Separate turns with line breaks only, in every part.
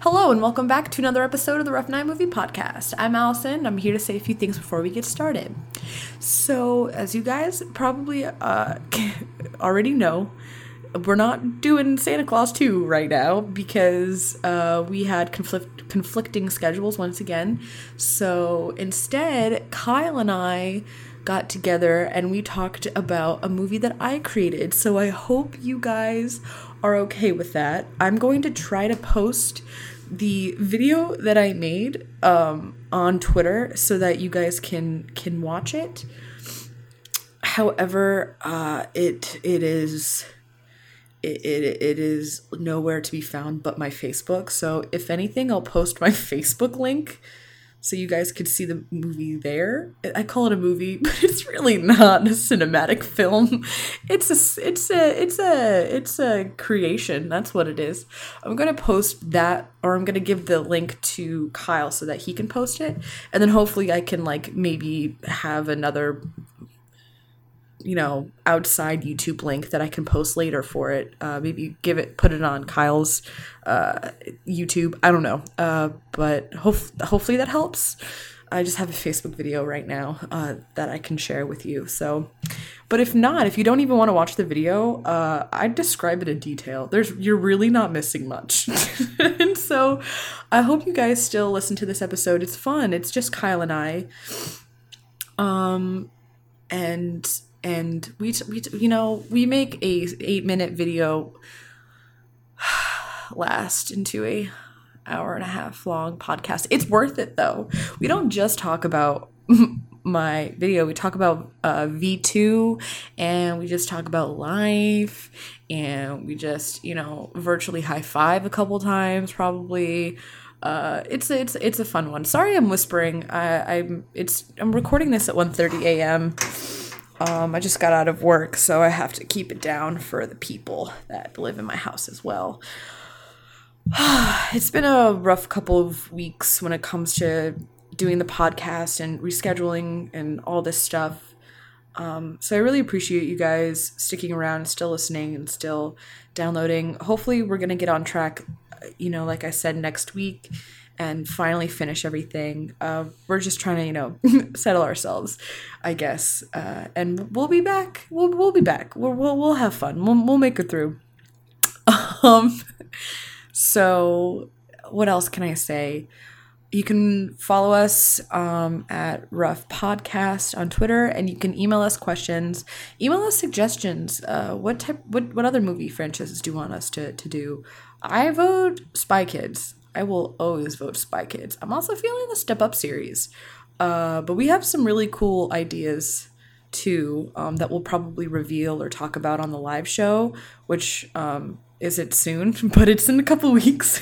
Hello, and welcome back to another episode of the Rough Night Movie Podcast. I'm Allison. I'm here to say a few things before we get started. So, as you guys probably uh, already know, we're not doing Santa Claus 2 right now because uh, we had conflict- conflicting schedules once again. So, instead, Kyle and I got together and we talked about a movie that I created. So I hope you guys are okay with that. I'm going to try to post the video that I made um, on Twitter so that you guys can can watch it. However, uh, it it is it, it, it is nowhere to be found but my Facebook. So if anything, I'll post my Facebook link so you guys could see the movie there. I- I call it a movie, but it's really not a cinematic film. It's a s- it's a it's a it's a creation. That's what it is. I'm gonna post that, or I'm gonna give the link to Kyle so that he can post it, and then hopefully I can like maybe have another you know outside youtube link that i can post later for it uh, maybe give it put it on kyle's uh, youtube i don't know uh, but hof- hopefully that helps i just have a facebook video right now uh, that i can share with you so but if not if you don't even want to watch the video uh, i describe it in detail there's you're really not missing much and so i hope you guys still listen to this episode it's fun it's just kyle and i and and we, t- we t- you know we make a eight minute video last into a hour and a half long podcast it's worth it though we don't just talk about my video we talk about uh, v2 and we just talk about life and we just you know virtually high five a couple times probably uh, it's it's it's a fun one sorry i'm whispering I, i'm it's i'm recording this at 1.30 a.m um, I just got out of work, so I have to keep it down for the people that live in my house as well. it's been a rough couple of weeks when it comes to doing the podcast and rescheduling and all this stuff. Um, so I really appreciate you guys sticking around, and still listening, and still downloading. Hopefully, we're gonna get on track. uh, You know, like I said, next week, and finally finish everything. Uh, we're just trying to, you know, settle ourselves, I guess. Uh, and we'll be back. We'll we'll be back. We'll we'll, we'll have fun. We'll we'll make it through. Um, so what else can I say? You can follow us um, at Rough Podcast on Twitter, and you can email us questions, email us suggestions. Uh, what type? What what other movie franchises do you want us to to do? I vote Spy Kids. I will always vote Spy Kids. I'm also feeling the Step Up series, uh, but we have some really cool ideas too um, that we'll probably reveal or talk about on the live show, which um, isn't soon, but it's in a couple weeks.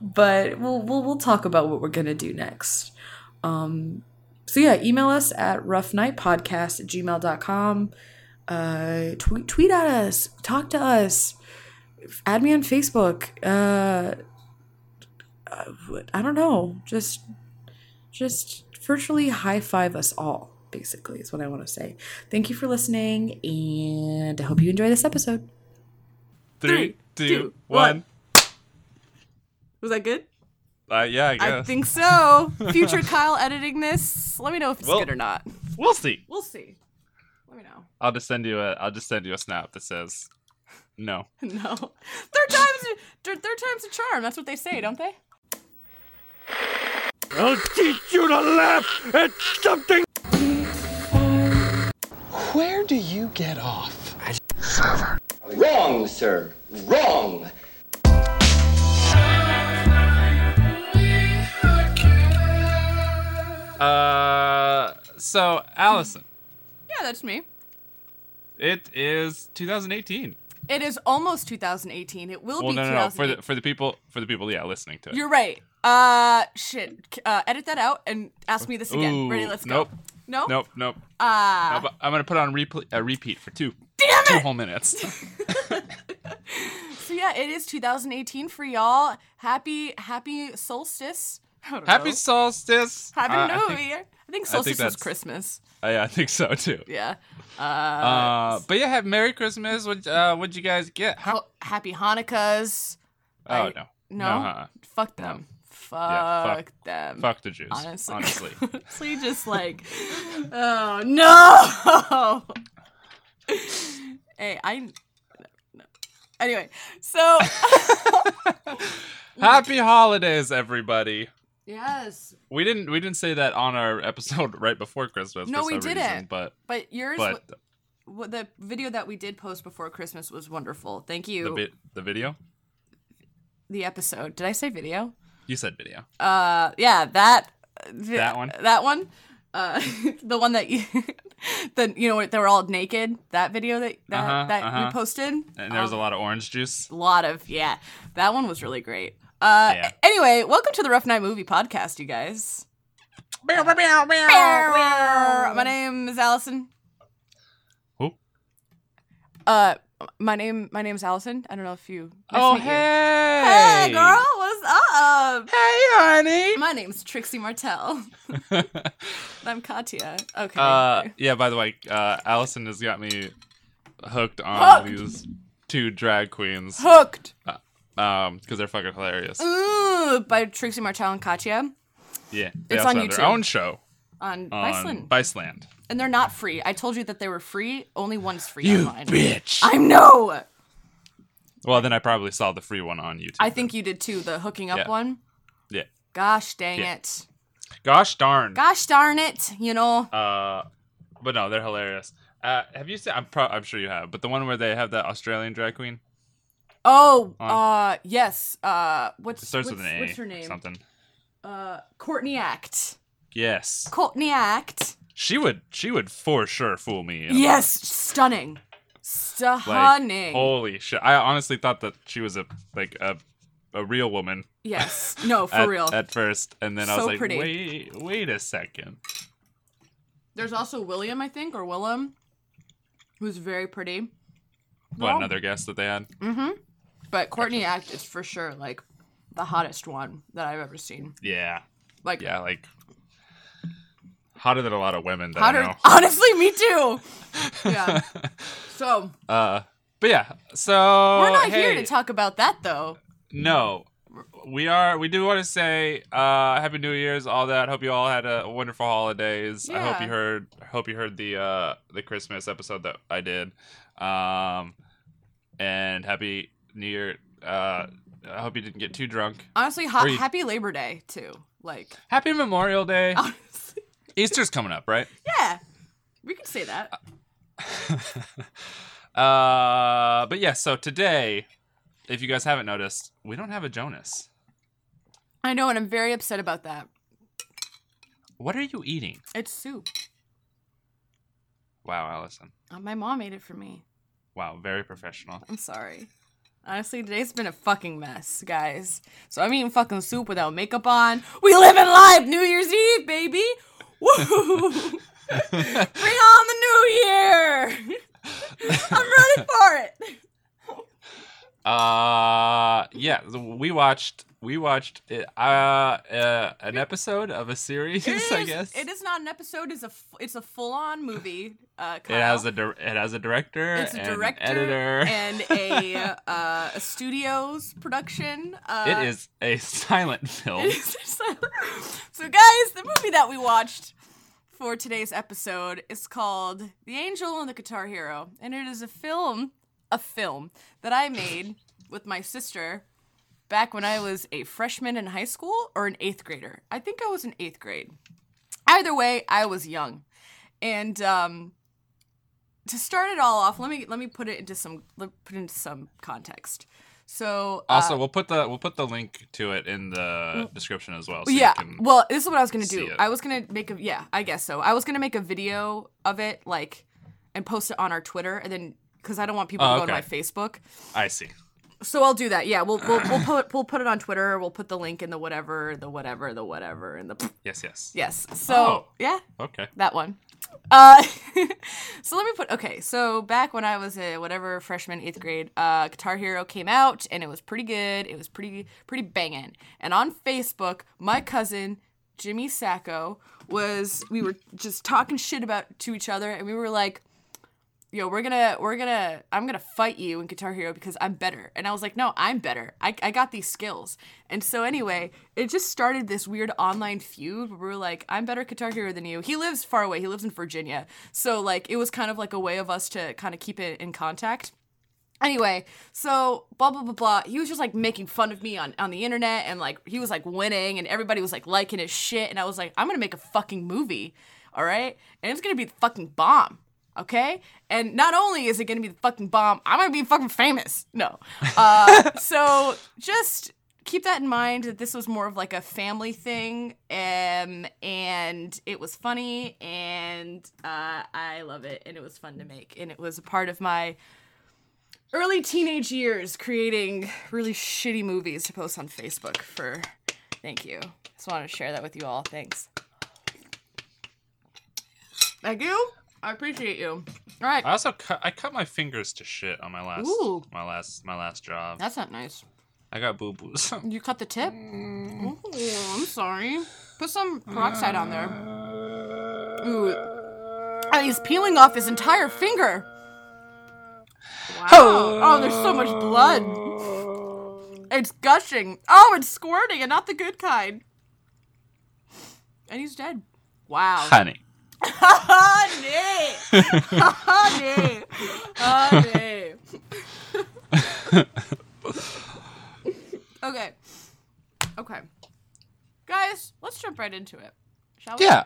but we'll, we'll we'll talk about what we're gonna do next. Um, so yeah, email us at roughnightpodcast at gmail.com. Uh, tweet, tweet at us, talk to us, add me on Facebook. Uh, uh, I don't know, just just virtually high five us all, basically, is what I want to say. Thank you for listening, and I hope you enjoy this episode.
Three, two, one.
two, one. Was that good?
Uh, yeah, I guess.
I think so. Future Kyle editing this. Let me know if it's
Well-
good or not.
we'll see.
We'll see. Let me know.
I'll just send you a. I'll just send you a snap that says, "No."
No. Third time's a, third time's a charm. That's what they say, don't they?
I'll teach you to laugh at something.
Where do you get off?
Wrong, sir. Wrong.
Uh, so Allison,
Yeah, that's me.
it is 2018.
It is almost 2018. It will
Well,
be
no, no, no.
2018.
For the for the people for the people, yeah, listening to it.
You're right. Uh, shit. C- Uh, edit that out and ask me this again.
Ooh,
Ready? Let's
nope,
go. No.
Nope, nope.
Uh,
Uh, but I'm gonna put on replay a repeat for two. two whole minutes.
so yeah, it is 2018 for y'all. Happy, happy solstice. I don't
Happy
know.
solstice.
Happy
Uh,
New
I think,
Year. I think solstice is
that's-
Christmas.
I, I think so too.
Yeah.
Uh, but yeah, have Merry Christmas. What uh, what'd you guys get? How?
Happy Oh, Hanukkahs.
Oh no.
No.
Uh-huh.
Fuck them. Fuck,
Yeah, fuck-
them.
Fuck the Jews.
Honestly.
Honestly.
Honestly, just like, oh no. hey, I. no. Anyway, so
Happy holidays, everybody.
yes,
We didn't we didn't say that on our episode right before Christmas.
No,
for
we
some reason,
didn't.
but
but yours, wa-
but
wa- the video that we did post before Christmas was wonderful. Thank you.
the vi- the video.
the episode. Did I say video?
You said video.
Uh, yeah, that th-
That one?
That one. Uh, the one that you, the you know where they were all naked. That video that that,
Uh-huh,
that
uh-huh.
we posted.
And there
Oh.
was a lot of orange juice.
A lot of yeah. That one was really great. Uh,
Yeah.
anyway, welcome to the Rough Night Movie Podcast, you guys. My name is Allison.
Who?
Uh, my name my name's Allison. I don't know if you. nice to
Oh
meet you.
hey.
Hey, girl, what's up?
Hey honey.
My name's Trixie Martel. I'm Katya. Okay.
Uh, yeah. By the way, uh, Allison has got me hooked on
Hooked.
these two drag queens,
Hooked.
um, because they're fucking hilarious.
Ooh, by Trixie Martel and Katya
Yeah, they
It's
also
on
have
YouTube.
their own show
on
on
Iceland.
Biceland.
and they're not free. I told you that they were free. Only one's free
You
online.
bitch.
I know.
well, then I probably saw the free one on YouTube.
I think you did too. The hooking up
Yeah.
one.
Yeah.
Gosh dang
Yeah.
it.
Gosh darn.
Gosh darn it. You know.
Uh, but no, they're hilarious. Uh, have you seen? I'm pro- I'm sure you have, but the one where they have that Australian drag queen.
oh.
on-
Uh. Yes. Uh. What's
It starts
what's,
with an A.
What's her
or
name?
Something.
Uh. Courtney Act.
Yes.
Courtney Act.
She would. She would for sure fool me. in a
Yes. Stunning.
Like,
Stunning.
holy shit! I honestly thought that she was a like a a real woman
Yes. No, for
at,
real.
at first, and then I was
So
like,
pretty.
wait, wait a second.
There's also William, I think, or Willem, who's very pretty.
What
No.
another guess that they had?
But Courtney Act is for sure like the hottest one that I've ever seen.
Yeah,
Like
yeah, like hotter than a lot of women. That I
hotter.
know.
Honestly, me too. Yeah. so
Uh, but yeah, so
we're not here
Oh, hey,
to talk about that though.
No, we are. We do want to say uh, Happy New Year's, all that. Hope you all had a wonderful holidays. I hope
Yeah.
you heard. I Hope you heard the uh, the Christmas episode that I did. Um, and Happy New Year. Uh, I hope you didn't get too drunk.
Honestly, ha-
Or you-
happy Labor Day too. Like
Happy Memorial Day.
honestly,
Easter's coming up, right?
yeah, we could say that.
Uh, but yeah. So today, if you guys haven't noticed, we don't have a Jonas.
I know, and I'm very upset about that.
What are you eating?
It's soup.
Wow, Allison.
Uh, My mom made it for me.
Wow, very professional.
I'm sorry. Honestly, today's been a fucking mess, guys. So I'm eating fucking soup without makeup on. We living live New Year's Eve, baby. Woo! Bring on the new year. I'm ready for it.
Uh yeah, th- we watched we watched uh, uh an episode of a series, I guess.
It is not an episode. It's a f- it's a full on movie. Uh,
It has a dir- it has a director,
it's a
and
director
an editor.
and a uh, a studios production. Uh,
it is a silent film.
so, guys, the movie that we watched for today's episode is called The Angel and the Guitar Hero, and it is a film, a film that I made with my sister back when I was a freshman in high school or an eighth grader. I think I was in eighth grade. Either way, I was young, and um, to start it all off, let me let me put it into some let me put it into some context. So uh, Mm.
Also, we'll put the we'll put the link to it in the description as well. So
yeah.
You can,
Well, this is what I was gonna
see
do.
it.
I was gonna make a yeah. I guess so. I was gonna make a video of it, like, and post it on our Twitter, and then because I don't want people
Oh,
to go to my
okay.
Facebook.
I see.
So I'll do that. Yeah, we'll we'll we'll put we'll put it on Twitter. We'll put the link in the whatever, the whatever, the whatever, and the
Yes, yes.
yes. So
Oh.
yeah,
Okay.
that one. Uh, so let me put okay. So back when I was a whatever freshman eighth grade, uh, Guitar Hero came out and it was pretty good. It was pretty pretty banging. And on Facebook, my cousin Jimmy Sacco was we were just talking shit about to each other, and we were like, yo, we're gonna, we're gonna, I'm gonna fight you in Guitar Hero because I'm better. And I was like, no, I'm better. I, I got these skills. And so anyway, it just started this weird online feud where we were like, I'm better Guitar Hero than you. He lives far away. He lives in Virginia. So like, it was kind of like a way of us to kind of keep it in contact. Anyway, so blah blah blah blah. He was just like making fun of me on on the internet, and like he was like winning, and everybody was like liking his shit, and I was like, I'm gonna make a fucking movie, all right, and it's gonna be the fucking bomb, okay. And not only is it gonna be the fucking bomb, I'm gonna be fucking famous. No, uh, so just keep that in mind that this was more of like a family thing, um, and it was funny, and uh, I love it, and it was fun to make, and it was a part of my early teenage years creating really shitty movies to post on Facebook for thank you. Just wanted to share that with you all. Thanks. Thank you. I appreciate you. All right.
I also cut, I cut my fingers to shit on my last
Ooh.
my last my last job.
That's not nice.
I got boo boos.
You cut the tip? Oh, I'm sorry. Put some peroxide on there. Ooh. Oh, he's peeling off his entire finger. Wow. Oh, there's so much blood. It's gushing. Oh, it's squirting and not the good kind. And he's dead. Wow.
Honey.
Honey! Honey! Honey! okay. Okay. Guys, let's jump right into it. Shall we?
Yeah.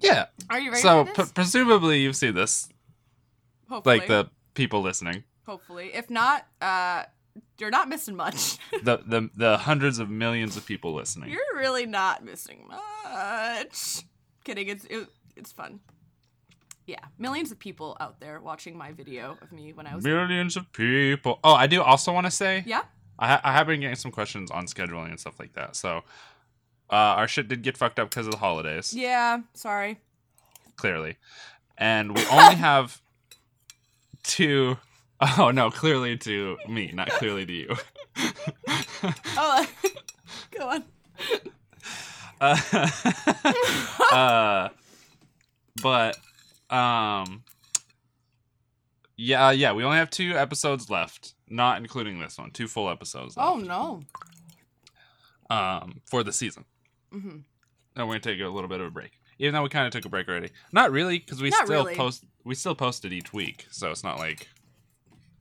Yeah.
Are you ready
so
for
pre-
this?
presumably you've seen this,
Hopefully.
like the people listening,
Hopefully. If not, uh, you're not missing much.
the the the hundreds of millions of people listening.
you're really not missing much. Kidding. It's it, it's fun. Yeah, millions of people out there watching my video of me when I was.
Millions of people. Oh, I do also want to say,
yeah.
I, ha- I have been getting some questions on scheduling and stuff like that. So, uh, our shit did get fucked up because of the holidays,
Yeah. Sorry.
clearly, and we only have two oh no, clearly to me, not clearly to you.
Oh, go on.
Uh, uh, but um, yeah, yeah, we only have two episodes left, not including this one. Two full episodes.
Oh
Left,
no. Oh.
Um, for the season.
Mhm.
Now we're gonna take a little bit of a break, even though we kind of took a break already. Not really, because we
Not
still
really.
post. We still posted each week, so it's not like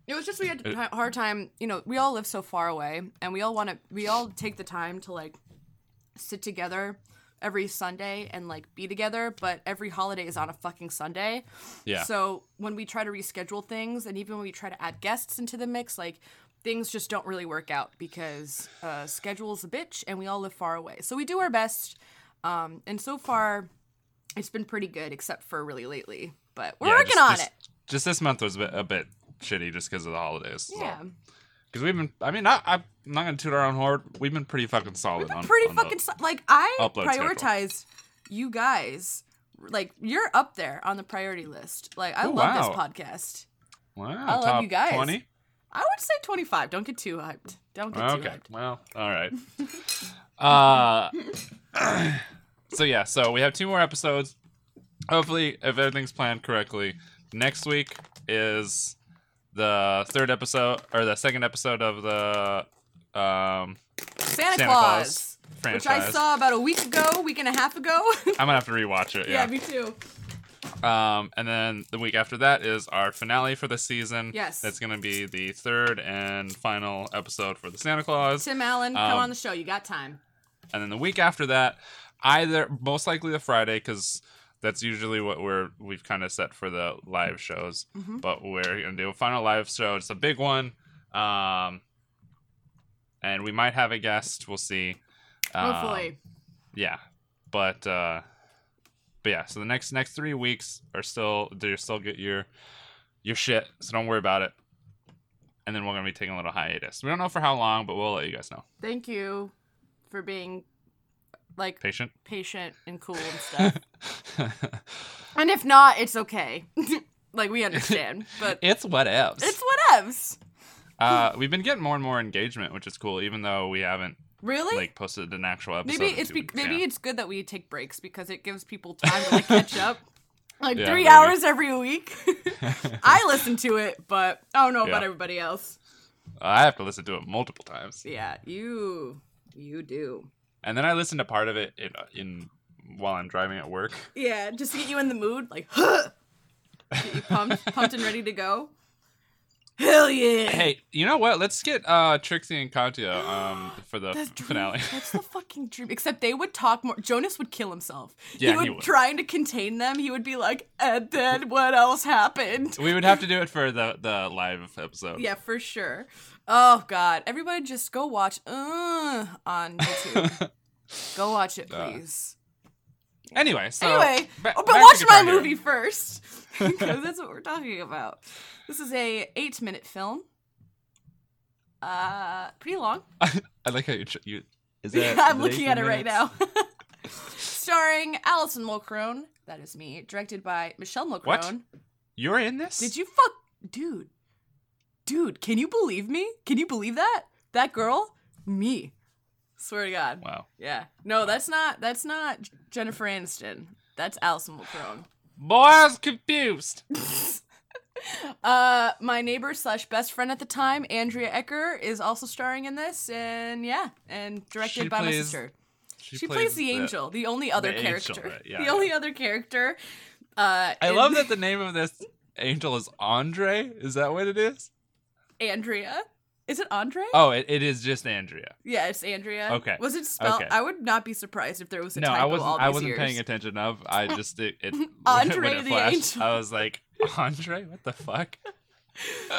It was just we had a hard time. You know, we all live so far away, and we all want to. We all take the time to like sit together every Sunday and like be together. But every holiday is on a fucking Sunday.
yeah.
So when we try to reschedule things, and even when we try to add guests into the mix, like things just don't really work out because uh, schedule's a bitch, and we all live far away. So we do our best, um, and so far, it's been pretty good, except for really lately. But we're
yeah,
working
just-
on
just-
it.
Just this month was a bit, a bit shitty, just because of the holidays.
Yeah.
Because we've been. I mean, I, I'm not gonna toot our own horn. We've been pretty fucking solid.
We've been
on-
pretty
on the-
fucking si- like I
upload schedule.
prioritize you guys. Like you're up there on the priority list. Like I
Oh,
love this
wow.
podcast.
Wow,
love
top
you guys.
20?
I would say 25. Don't get too hyped. Don't get too
Okay.
hyped.
Well, all right. uh, so yeah, so we have two more episodes. Hopefully, if everything's planned correctly, next week is the third episode or the second episode of the um,
Santa,
Santa
Claus,
Claus
which
franchise.
I saw about a week ago, week and a half ago. yeah.
I'm gonna have to rewatch it. Yeah.
me too.
um, and then the week after that is our finale for the season.
Yes.
That's gonna be the third and final episode for the Santa Claus.
Tim Allen, come
Um,
on the show. You got time.
and then the week after that either most likely the friday because that's usually what we're we've kind of set for the live shows but we're gonna do a final live show it's a big one um and we might have a guest we'll see Um,
Hopefully.
yeah but uh but yeah so the next next three weeks are still they're still get your your shit so don't worry about it and then we're gonna be taking a little hiatus we don't know for how long but we'll let you guys know
Thank you for being like
patient
patient and cool and stuff. and if not, it's okay. like we understand, but
it's what else
it's whatevs.
Uh, we've been getting more and more engagement, which is cool, even though we haven't
Really?
like posted an actual episode.
maybe
in
it's
two
be-
weeks.
maybe
Yeah.
it's good that we take breaks because it gives people time to like catch up. Like
Yeah,
three
maybe.
hours every week. I listen to it, but I don't know about
Yeah.
everybody else.
Uh, I have to listen to it multiple times.
Yeah, you you do.
And then I listen to part of it in, uh, in while I'm driving at work.
Yeah, just to get you in the mood, like huh! get you pumped, pumped and ready to go. Hell yeah!
Hey, you know what? Let's get uh, Trixie and Katya um, for the
That's dream.
finale.
That's the fucking dream. Except they would talk more. Jonas would kill himself.
Yeah,
he
he
would,
would.
trying to contain them. He would be like, and then what else happened?
we would have to do it for the, the live episode.
Yeah, for sure. Oh god, everybody, just go watch uh, on YouTube. go watch it, please.
Anyway, so
anyway,
ba-
oh, but
back to
watch my
Guitar Hero.
movie first because that's what we're talking about. This is a eight-minute film. Uh, pretty long.
I like how you. Tr- you is that
I'm
is it
looking
18
at it right
minutes?
now. Starring Allison Mulcrone, that is me, directed by Michelle Mulcrone.
What? You're in this?
Did you fuck dude? Dude, can you believe me? Can you believe that? That girl? Me. Swear to God.
Wow.
Yeah. No, that's not that's not Jennifer Aniston. That's Allison Mulcrone.
Boy, I was confused.
Uh my neighbor slash best friend at the time, Andrea Ecker, is also starring in this and yeah, and directed
She
by my
plays-
sister. She plays, the angel, the only other
the angel,
character.
right, yeah,
the
yeah.
only other character. Uh,
I
in
love that the name of this angel is Andre. Is that what it is?
Andrea. Is it Andre?
Oh, it, it is just Andrea.
Yeah, it's Andrea.
Okay,
Was it spelled?
okay.
I would not be surprised if there was a
No,
typo
I wasn't.
all these
I wasn't
years.
paying attention. Of I just it, it
Andre
when it
the
flashed,
angel.
I was like Andre. What the fuck?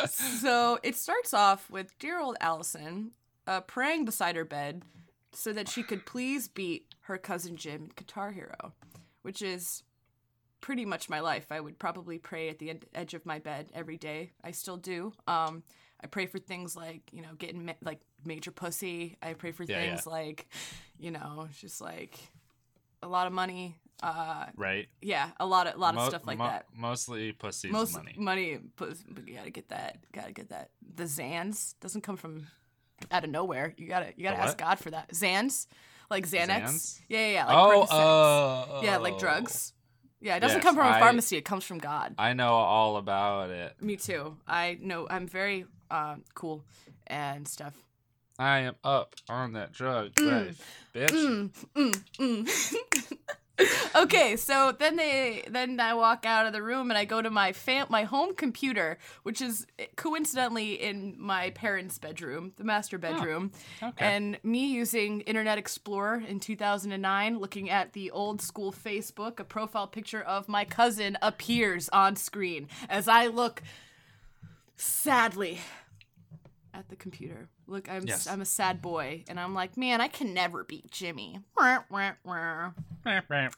So it starts off with dear old Allison uh, praying beside her bed so that she could please beat her cousin Jim in Guitar Hero, which is pretty much my life. I would probably pray at the ed- edge of my bed every day. I still do. Um, I pray for things like you know getting ma- like major pussy. I pray for
Yeah, yeah.
things like you know just like a lot of money. Uh,
Right.
yeah, a lot of a lot of
Mo-
stuff like
mo-
that.
Mostly pussy's
Most
money.
money, but, but you gotta get that. Gotta get that. The Zans doesn't come from out of nowhere. You gotta you gotta
The
ask
what?
God for that. Zans, like Xanax.
Xans?
Yeah, yeah, yeah. Like
oh,
Percocets.
oh,
yeah, like drugs. Yeah, it doesn't
Yes,
come from a
I-
pharmacy. It comes from God.
I know all about it.
Me too. I know. I'm very um, cool and stuff.
I am up on that drug life, bitch.
Mm, mm. okay, so then they then I walk out of the room and I go to my fam- my home computer, which is coincidentally in my parents' bedroom, the master bedroom.
okay.
And me using Internet Explorer in 2009, looking at the old school Facebook, a profile picture of my cousin appears on screen as I look sadly at the computer. Look, I'm
Yes.
I'm a sad boy, and I'm like, man, I can never beat Jimmy. Wah, wah, wah. Mm.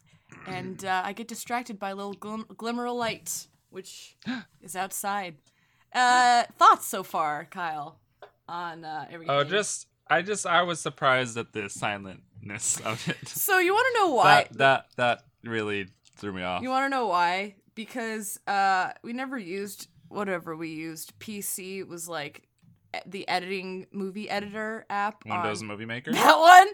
And uh, I get distracted by a little glim- glimmer of light, which is outside. Uh, thoughts so far, Kyle, on uh, everything.
Oh, just I just I was surprised at the silentness of it.
so you want to know why?
that that that really threw me off.
You want to know why? Because uh, we never used whatever we used. PC was like e- the editing movie editor app.
Windows
on-
Movie Maker.
That one,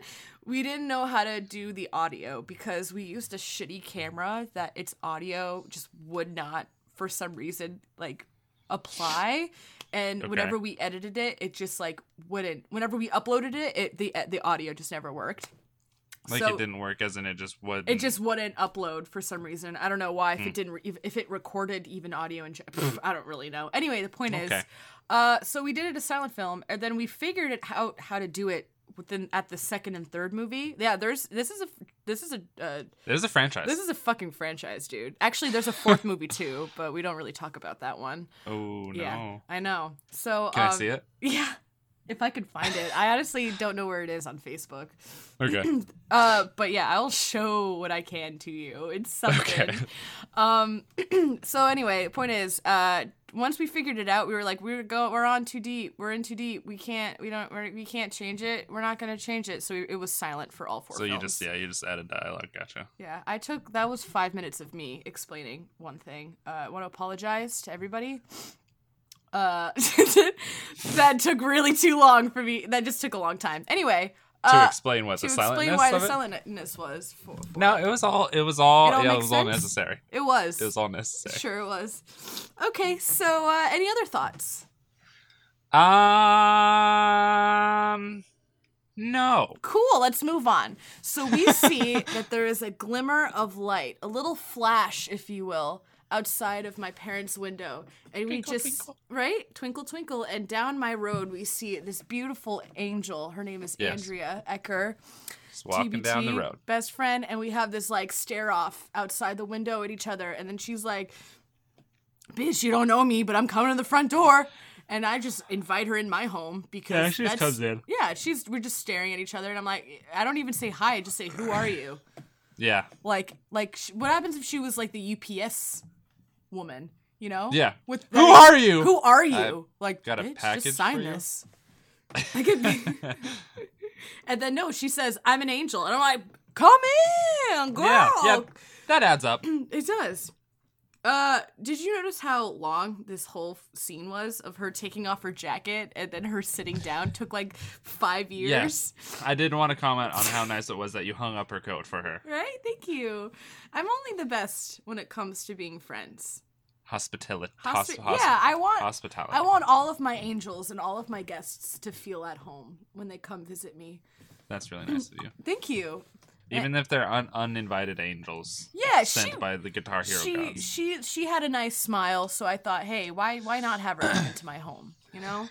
we didn't know how to do the audio because we used a shitty camera that its audio just would not, for some reason, like apply. And
Okay.
whenever we edited it, it just like wouldn't. Whenever we uploaded it, it the the audio just never worked.
Like
so-
it didn't work, as in it just would.
It just wouldn't upload for some reason. I don't know why. If it didn't, re- if- if it recorded even audio and pff, I don't really know. Anyway, the point
Okay.
is, uh, so we did it as silent film, and then we figured it out how to do it within at the second and third movie. Yeah, there's this is a this is a uh,
There's a franchise.
this is a fucking franchise, dude. Actually, there's a fourth movie too, but we don't really talk about that one.
oh no!
Yeah, I know. So
Can
um,
I see it?
Yeah, if I could find it, I honestly don't know where it is on Facebook.
Okay.
Uh, but yeah, I'll show what I can to you. It's something.
Okay.
Um, so anyway, point is, uh, once we figured it out, we were like, we're go, we're on too deep. We're in too deep. We can't, we don't, we're, we can't change it. We're not gonna change it. So it was silent for all four.
so you
films.
just yeah you just added dialogue. Gotcha.
Yeah, I took that was five minutes of me explaining one thing. Uh, I want to apologize to everybody. Uh, that took really too long for me. That just took a long time. Anyway,
to explain what
to
the
explain
silentness
why the
of it.
silentness was. For, for
no, it was all. It was all.
It all
yeah, it
makes
was all
sense.
necessary.
it was.
It was all necessary.
Sure, it was. Okay, so uh, any other thoughts?
Um, no.
Cool, let's move on. So we see that there is a glimmer of light, a little flash, if you will, outside of my parents' window. And we
Twinkle,
just,
twinkle.
right? Twinkle, twinkle. And down my road, we see this beautiful angel. Her name is
Yes.
Andrea Ecker.
Just walking down the
TBT,
road.
Best friend, and we have this like stare off outside the window at each other, and then she's like, "Bitch, you don't know me, but I'm coming to the front door." And I just invite her in my home because
Yeah, she just
that's-
comes in.
Yeah, she's we're just staring at each other, and I'm like, I don't even say hi. I just say, "Who are you?"
Yeah.
Like, like sh- what happens if she was like the UPS woman, you know?
Yeah.
With
Who are you?
Who are you? like,
got a
bitch,
package
just sign
for you.
this. Like, it- and then no, she says, "I'm an angel," and I'm like, "Come in, girl."
Yeah. Yeah. That adds up.
It does. Uh, did you notice how long this whole f- scene was of her taking off her jacket and then her sitting down took like five years?
Yes. I did want to comment on how nice it was that you hung up her coat for her.
Right? Thank you. I'm only the best when it comes to being friends.
Hospitality.
Hospi- yeah, I want
hospitality.
I want all of my angels and all of my guests to feel at home when they come visit me.
That's really nice of you.
Thank you.
Even if they're un- uninvited angels.
Yeah,
Sent
she-
by the guitar hero
She
gods.
she she had a nice smile, so I thought, hey, why why not have her come into my home? You know,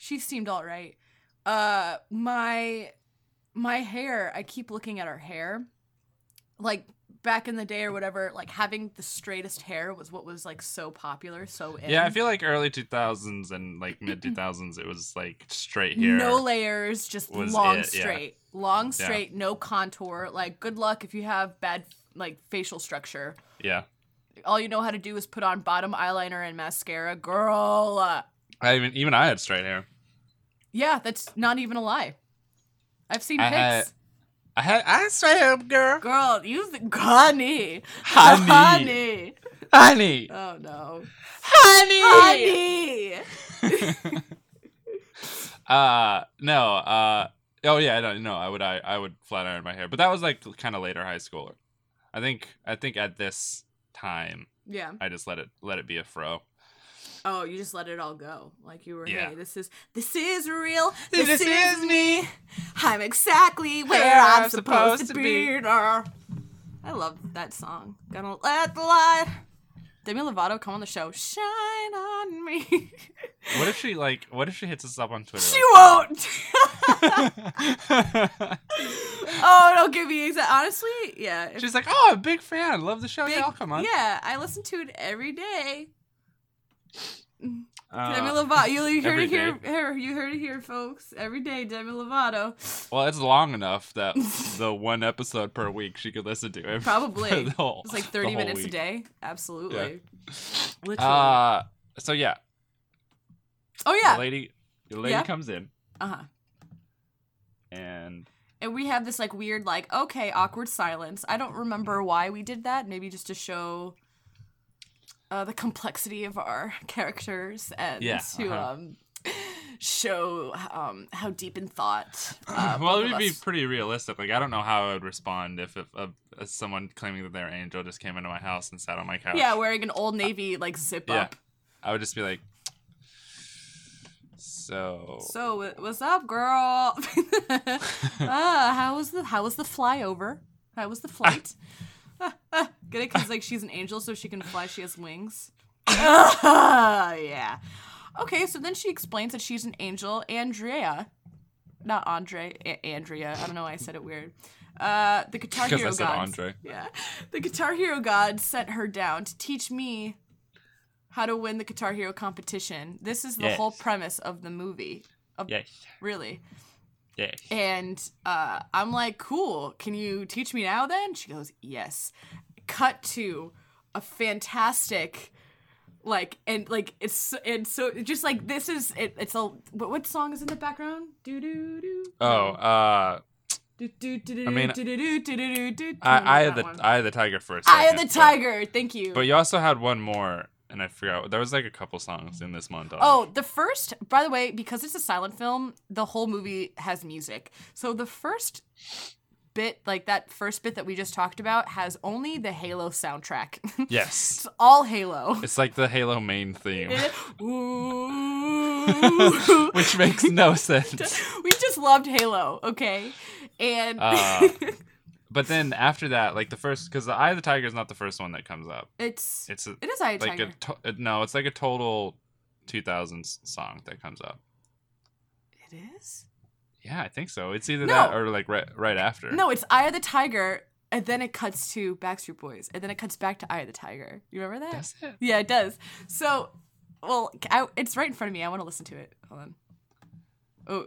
she seemed all right. Uh, my my hair. I keep looking at her hair, like back in the day or whatever. Like having the straightest hair was what was like so popular, so in.
yeah, I feel like early 2000s and like mid 2000s, it was like straight hair.
no layers, just
was
long
it, yeah.
straight, long straight, no contour. Like good luck if you have bad like facial structure.
yeah.
all you know how to do is put on bottom eyeliner and mascara. Girl. uh,
I even even I had straight hair.
Yeah, that's not even a lie. I've seen
I
pics.
had- I had I had straight hair, girl.
Girl, you th- honey.
Honey.
Honey.
Honey.
Oh no.
Honey.
Honey.
Uh no, uh oh yeah, I don't know. I would I, I would flat iron my hair. But that was like kind of later high school. I think I think at this time
Yeah.
I just let it let it be a fro.
Oh, you just let it all go. Like you were,
Yeah.
hey, this is this is real.
This is
me. I'm exactly where,
Where
I'm,
I'm
supposed,
supposed to
to be.
be.
I love that song. Gonna let the light. Demi Lovato come on the show. Shine on me.
What if she like what if she hits us up on Twitter?
she won't.
like-
oh, don't give me exact. Honestly, yeah. if-
She's like, "Oh, I'm a big fan. Love the show.
big-
yeah, I'll come on."
Yeah, I listen to it every day.
Uh,
Demi Lovato. You, you heard
every
it here,
day.
here. You heard it here, folks. Every day, Demi Lovato.
well, it's long enough that the one episode per week she could listen to it.
Probably.
the whole-
it's like
the
30
whole
minutes a
week.
day. Absolutely. Literally.
Uh, so yeah,
oh, yeah.
the lady, the lady
Yeah.
comes in
Uh huh.
and
And we have this like weird, like, okay, awkward silence. I don't remember why we did that. Maybe just to show uh, the complexity of our characters and
Yeah,
to
uh-huh.
um, show um, how deep in thought. Uh,
well,
both
it
of
would be
us-
pretty realistic. Like, I don't know how I would respond if, if, if, if someone claiming that they're an angel just came into my house and sat on my couch.
Yeah, wearing an old navy like zip
Yeah.
up.
I would just be like, so,
So wha- what's up, girl? Ah, how was the how was the flyover? How was the flight? Get it? Cause like she's an angel, so she can fly. She has wings. Ah, yeah. Okay, so then she explains that she's an angel, Andrea, not Andre, A- Andrea. I don't know why I said it weird. Uh, the guitar
Because I
hero
said
gods.
Andre.
Yeah, the guitar hero god sent her down to teach me how to win the guitar hero competition. This is the
Yes.
whole premise of the movie. Of,
yes,
really.
yes.
And uh, I'm like, cool. Can you teach me now then? She goes, yes. Cut to a fantastic, like, and like, it's, so- and so just like, this is, it, it's a, what, what song is in the background? Do, do, do.
Oh, uh,
Do, do, do, do,
I mean,
do, do, do, do, do, do, do.
I, I
No,
had
not that
the
one.
I had the tiger first.
Eye of the Tiger. Thank you.
But, you also had one more and I forgot. There was like a couple songs in this montage.
Oh, the first, by the way, because it's a silent film, the whole movie has music. So the first bit, like that first bit that we just talked about, has only the Halo soundtrack.
yes,
it's all Halo.
it's like the Halo main theme,
Ooh.
which makes no sense.
we just loved Halo, okay? And
Uh, But then after that, like the first, because the Eye of the Tiger is not the first one that comes up.
it's,
It's a,
it is Eye of
like a
Tiger.
to- uh, no, it's like a total 2000s song that comes up.
It is?
Yeah, I think so. It's either
No.
that or like right right after.
No, it's Eye of the Tiger, and then it cuts to Backstreet Boys, and then it cuts back to Eye of the Tiger. You remember that?
that's it.
Yeah, it does. So, well, c- I, it's right in front of me. I want to listen to it. Hold on. Oh,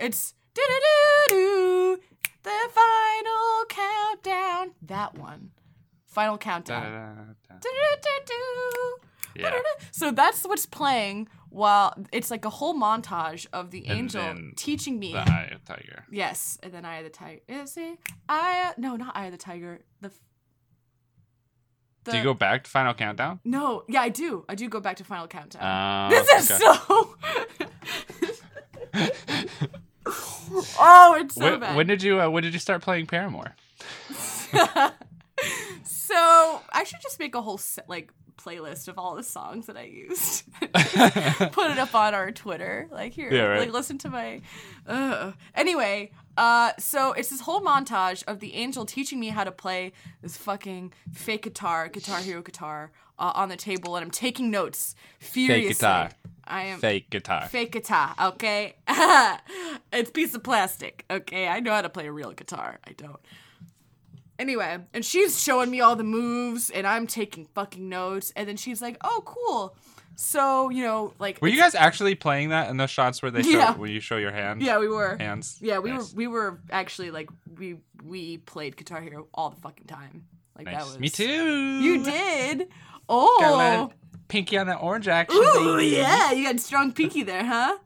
it's do do do do. The final countdown. That one. Final
Da,
countdown.
da, da, da.
Do-do-do-do.
Yeah.
So that's what's playing while it's like a whole montage of the
And
angel
then
teaching me.
The Eye of the Tiger.
Yes, and then Eye of the Tiger. Is he? Eye? No, not Eye of the Tiger. The. f- the
Do you go back to Final Countdown?
No, yeah, I do. I do go back to Final Countdown.
Uh,
This is so. oh, it's so
when,
bad.
when did you uh, when did you start playing Paramore?
so I should just make a whole set, like playlist of all the songs that I used. Put it up on our Twitter. Like here,
Yeah, right.
like listen to my. Ugh. Anyway, uh, so it's this whole montage of the angel teaching me how to play this fucking fake guitar, Guitar Hero guitar, uh, on the table, and I'm taking notes furiously.
guitar.
I am
Fake guitar.
fake guitar, okay? it's a piece of plastic, okay? I know how to play a real guitar. I don't. Anyway, and she's showing me all the moves, and I'm taking fucking notes, and then she's like, oh, cool. So, you know, like.
Were you guys actually playing that in those shots where they show,
Yeah.
where you show your hand?
Yeah, we were.
Hands.
Yeah, we
Nice.
were. We were actually like we we played Guitar Hero all the fucking time. Like that
Nice.
was
Me too.
You did.
Got a lot
Oh,
of pinky on that orange action.
Ooh,
baby.
yeah, you got strong pinky there, huh?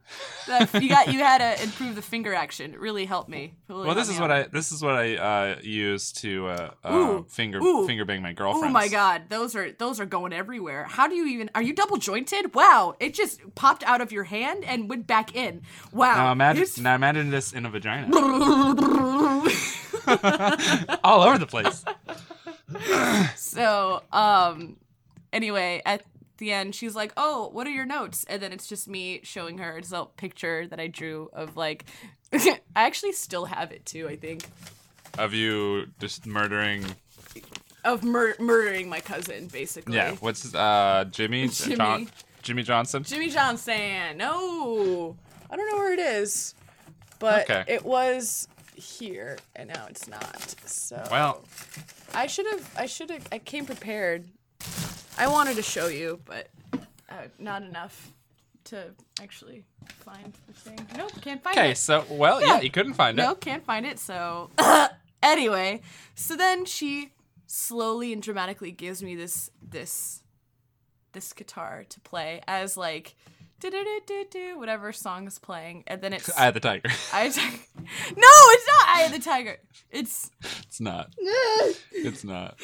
That- you got you had to improve the finger action. It really helped me. Really
Well, this is what I this is what I uh, use to uh, uh,
Ooh,
finger
ooh.
finger bang my
Oh
girlfriend.
my god, those are those are going everywhere. How do you even? Are you double jointed? Wow, it just popped out of your hand and went back in. Wow.
Now imagine
Here's-
now imagine this in a vagina, all over the place.
so, um, anyway, at the end, she's like, "Oh, what are your notes?" And then it's just me showing her this little picture that I drew of like. I actually still have it too. I think.
Of you just murdering.
of mur- murdering my cousin, basically.
Yeah. What's his- uh Jimmy
Jimmy.
John, Jimmy Johnson?
Jimmy Johnson. No, I don't know where it is, but
Okay.
it was here, and now it's not. So
Well,
I should have. I should have. I came prepared. I wanted to show you, but uh, not enough to actually find the thing. Nope, can't find
okay.
it.
So well, yeah, you couldn't find
No,
it.
can't find it. So anyway, so then she slowly and dramatically gives me this this this guitar to play as like do do do do do whatever song is playing, and then it's
Eye of the tiger.
Eye of the Tiger. No, it's not Eye of the Tiger. It's
it's not. it's not.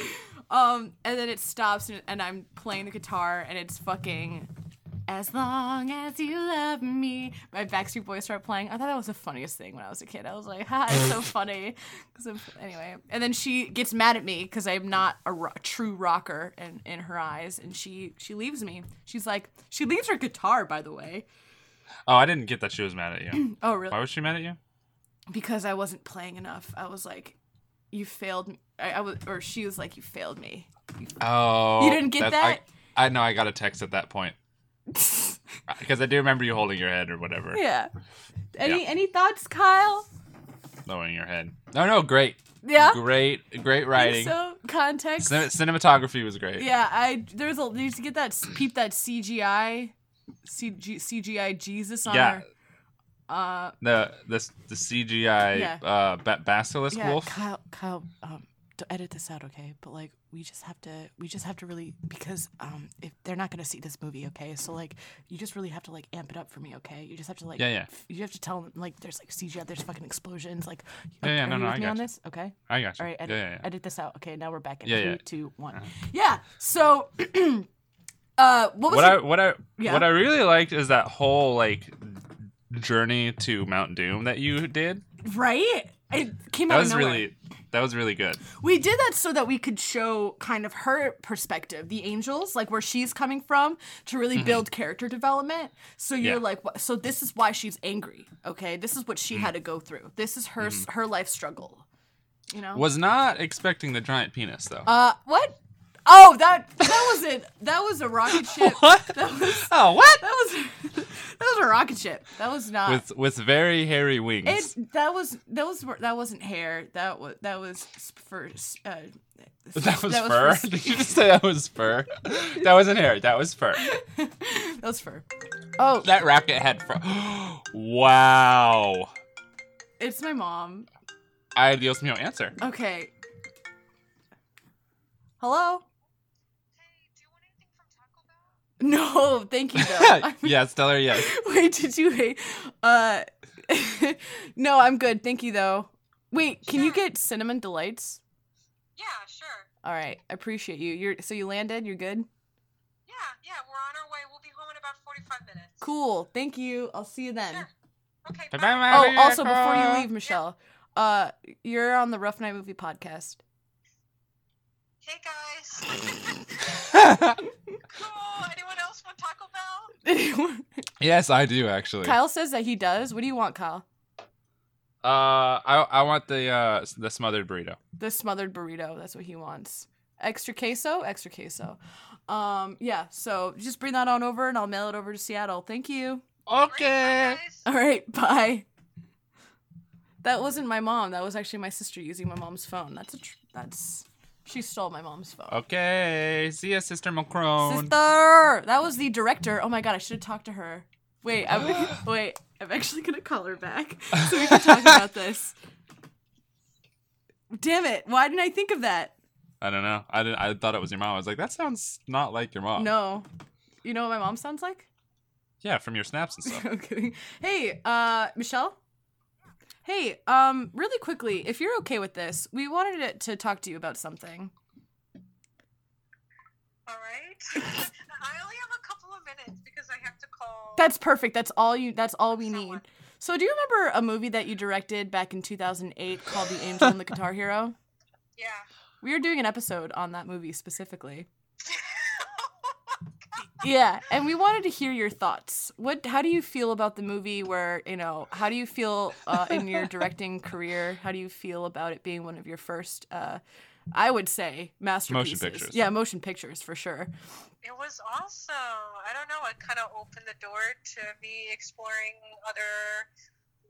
um, and then it stops, and, and I'm playing the guitar, and it's fucking. As long as you love me, my Backstreet Boys start playing. I thought that was the funniest thing when I was a kid. I was like, "Ha, it's so funny." 'Cause I'm- anyway, and then she gets mad at me because I'm not a ro- true rocker in, in her eyes, and she she leaves me. She's like, she leaves her guitar, by the way.
Oh, I didn't get that she was mad at you.
Oh, really?
Why was she mad at you?
because I wasn't playing enough. I was like, "You failed." Me. I, I was, or she was like, "You failed me."
Oh,
You didn't get
that's- I, I know. I got a text at that point because I do remember you holding your head or whatever,
yeah. Any
Yeah.
any thoughts, Kyle?
lowering your head. No, no, great,
Yeah.
great, great writing.
So context.
Cin- cinematography was great.
yeah, I there's a you should get that peep that CGI, CG, CGI Jesus on
Yeah.
her. Uh,
The the the CGI
Yeah.
uh, ba- basilisk
yeah,
wolf.
Kyle, Kyle, um, d- edit this out, okay? But like, we just have to, we just have to really because um, if they're not gonna see this movie, okay? So like, you just really have to like amp it up for me, okay? You just have to like,
Yeah, yeah.
f- You have to tell them like, there's like CGI, there's fucking explosions, like,
Yeah, yeah,
are
no,
you
no,
with
I
me on
gotcha.
this, okay?
I got you.
All right,
yeah,
edit,
yeah, Uh-huh. yeah.
edit this out. Okay, now we're back in
Yeah,
three,
yeah.
two, one. yeah. So Uh, what was
what
your-
I what I
Yeah.
what I really liked is that whole like journey to Mount Doom that you did.
right? It came
That
out
was
of nowhere.
really that was really good.
We did that so that we could show kind of her perspective, the angels, like where she's coming from, to really build character development. So you're
Mm-hmm. Yeah.
like, wh- so this is why she's angry. Okay, this is what she
Mm-hmm.
had to go through. This is her s her life struggle. You know.
Was not expecting the giant penis though.
Uh, what? Oh, that that was it. That was a rocket ship.
What?
That was
oh what?
that was that was a rocket ship. That was not.
With with very hairy wings.
it that was that was that wasn't hair. That was that was s- for s- uh,
that was
that was
fur.
for-
Did you just say that was fur? that wasn't hair. That was fur.
that was fur. Oh,
That rocket had fur. wow.
it's my mom.
I Dios mío answer.
Okay. Hello? No, thank you though.
yeah, Stellar. Yes.
wait, did you wait? Uh No, I'm good. Thank you though. Wait, can you get cinnamon delights?
Yeah, sure.
All right. I appreciate you. You're so you landed, you're good?
Yeah, yeah, we're on our way. We'll be home in about 45 minutes.
Cool. Thank you. I'll see you then.
Sure. Okay,
Bye-bye,
bye.
Mama.
Oh, also before you leave, Michelle, uh you're on the Rough Night Movie podcast.
Hey, guys. cool. Anyone else want Taco Bell?
yes, I do actually.
Kyle says that he does. What do you want, Kyle?
Uh, I I want the uh the smothered burrito.
the smothered burrito. That's what he wants. Extra queso, extra queso. Um, yeah. So just bring that on over, and I'll mail it over to Seattle. Thank you.
Great,
Uh,
bye, guys.
All right. Bye. That wasn't my mom. That was actually my sister using my mom's phone. That's a. Tr- that's. She stole my mom's phone.
Okay. See ya, Sister Macron.
Sister, that was the director. Oh my god, I should have talked to her. Wait, I'm, wait, I'm actually gonna call her back so we can talk about this. Damn it! Why didn't I think of that?
I don't know. I didn't, I thought it was your mom. I was like, that sounds not like your mom.
No. You know what my mom sounds like?
Yeah, from your snaps and stuff.
I'm kidding. Hey, uh, Michelle? Hey, um, really quickly, if you're okay with this, we wanted to, to talk to you about something.
All right. I only have a couple of minutes because I have to call.
That's perfect. That's all you that's all we need.
Someone.
So do you remember a movie that you directed back in 2008 called The Angel and the Guitar Hero?
yeah.
We were doing an episode on that movie specifically. Yeah, and we wanted to hear your thoughts. What how do you feel about the movie where, you know, how do you feel uh, in your directing career? How do you feel about it being one of your first uh I would say masterpieces.
pictures.
Yeah, motion pictures for sure.
It was also, I don't know, it kind of opened the door to me exploring other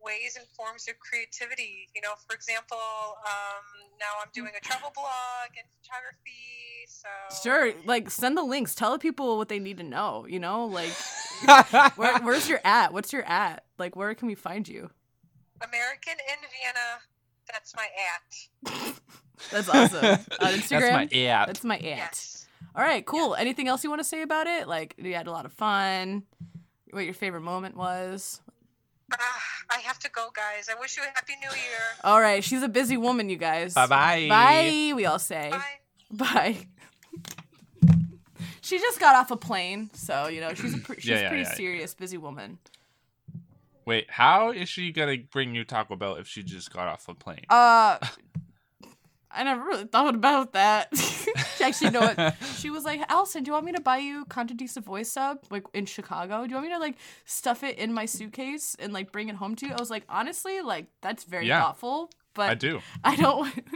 ways and forms of creativity. You know, for example, um, now I'm doing a travel blog and photography. So
Sure, like send the links. Tell the people what they need to know, you know? Like where, where's your at? What's your at? Like where can we find you?
American in Vienna, that's my at.
That's awesome. on Instagram.
That's my yeah.
That's my at.
Yes.
All right, cool. Anything else you want to say about it? Like, you had a lot of fun. What your favorite moment was?
Ah, I have to go, guys. I wish you a happy new year.
All right, she's a busy woman, you guys.
Bye-bye.
Bye. We all say
Bye.
bye. she just got off a plane, so you know she's a pre- she's
Yeah, yeah,
pretty
yeah.
serious, busy woman.
Wait, how is she gonna bring you Taco Bell if she just got off a plane?
Uh, I never really thought about that. Actually, you know what? She was like, Allison, do you want me to buy you Contadisa voice sub like in Chicago? Do you want me to like stuff it in my suitcase and like bring it home to you? I was like, honestly, like that's very
Yeah.
thoughtful. But
I do.
I don't. want-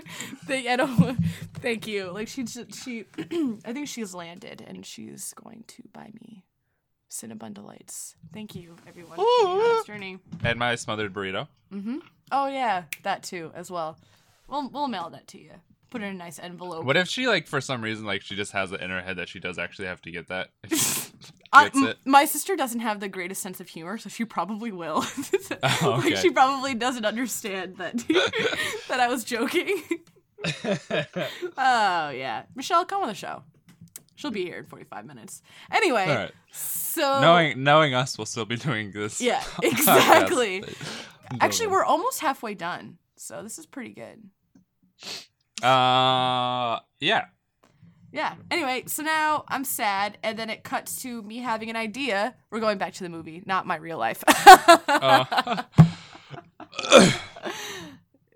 Thank. I don't. want- Thank you. Like she. ju- She. I think she's landed, and she's going to buy me Cinnabon delights. Thank you, everyone. for being on this journey.
And my smothered burrito.
Oh yeah, that too as well. We'll we'll mail that to you. Put it in a nice envelope.
What if she like for some reason like she just has it in her head that she does actually have to get that? If she
I-
gets
Uh, m-
it.
My sister doesn't have the greatest sense of humor, so she probably will.
Oh, okay.
Like she probably doesn't understand that that I was joking. oh yeah, Michelle, come on the show. She'll be here in forty five minutes. Anyway,
All right.
so
Knowing knowing us, we'll still be doing this.
Yeah,
podcast.
exactly. actually,
Building.
we're almost halfway done, so this is pretty good.
Uh, yeah.
Yeah. Anyway, so now I'm sad, and then it cuts to me having an idea. We're going back to the movie, not my real life.
Uh,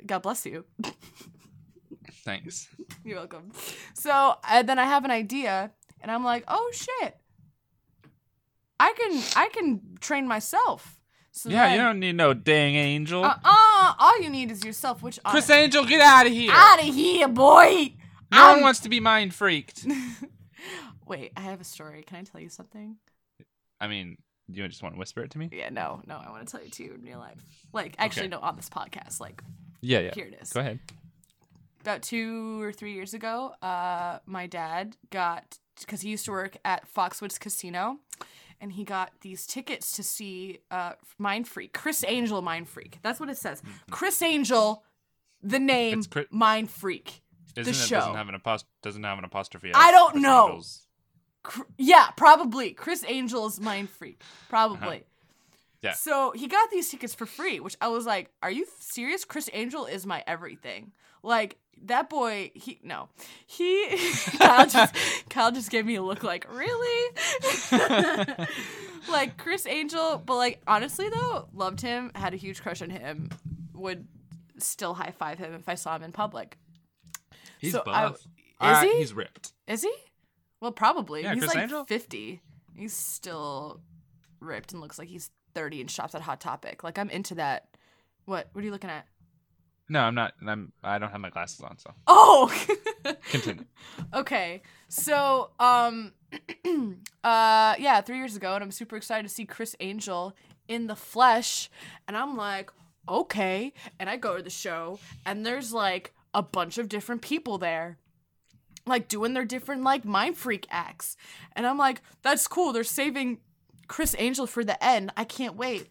God bless you.
thanks.
You're welcome. So and then I have an idea, and I'm like, oh shit, I can I can train myself. So
Yeah,
then,
you don't need no dang angel.
Uh, uh, all you need is yourself, which
Chris Angel, get out of here.
out of here, boy.
no one
I'm-
wants to be mind freaked.
Wait, I have a story. Can I tell you something?
I mean, you just want to whisper it to me?
Yeah, no, no, I want to tell you to you in real life. Like, actually,
Okay.
no, on this podcast. Like,
Yeah, yeah.
here it is.
Go ahead.
About two or three years ago, uh, my dad got because he used to work at Foxwoods Casino, and he got these tickets to see uh, Mind Freak, Chris Angel, Mind Freak. That's what it says. Chris Angel, the name
Mm-hmm. It's Chri-
Mind Freak.
Isn't it
show.
doesn't have an apost- doesn't have an apostrophe?
I
S,
don't
Chris
know.
Angel's-
Cr- yeah, probably. Chris Angel's Mind Freak. Probably.
Yeah.
So he got these tickets for free, which I was like, are you serious? Chris Angel is my everything. Like, that boy, he, no. He, Kyle just, Kyle just gave me a look like, really? like, Chris Angel, but like, honestly though, loved him, had a huge crush on him, would still high five him if I saw him in public.
He's
So I-
buff.
is
Ah,
he?
He's ripped.
Is he? Well, probably.
Yeah,
he's
Chris
like
Angel?
50. He's still ripped and looks like he's 30 and shops at Hot Topic. Like I'm into that. What? What are you looking at?
No, I'm not. I'm. I don't have my glasses on, so
Oh.
continue.
okay. So, um uh yeah, 3 years ago and I'm super excited to see Chris Angel in the flesh and I'm like, "Okay." And I go to the show and there's like a bunch of different people there. like doing their different like mind freak acts. And I'm like, that's cool. They're saving Chris Angel for the end. I can't wait.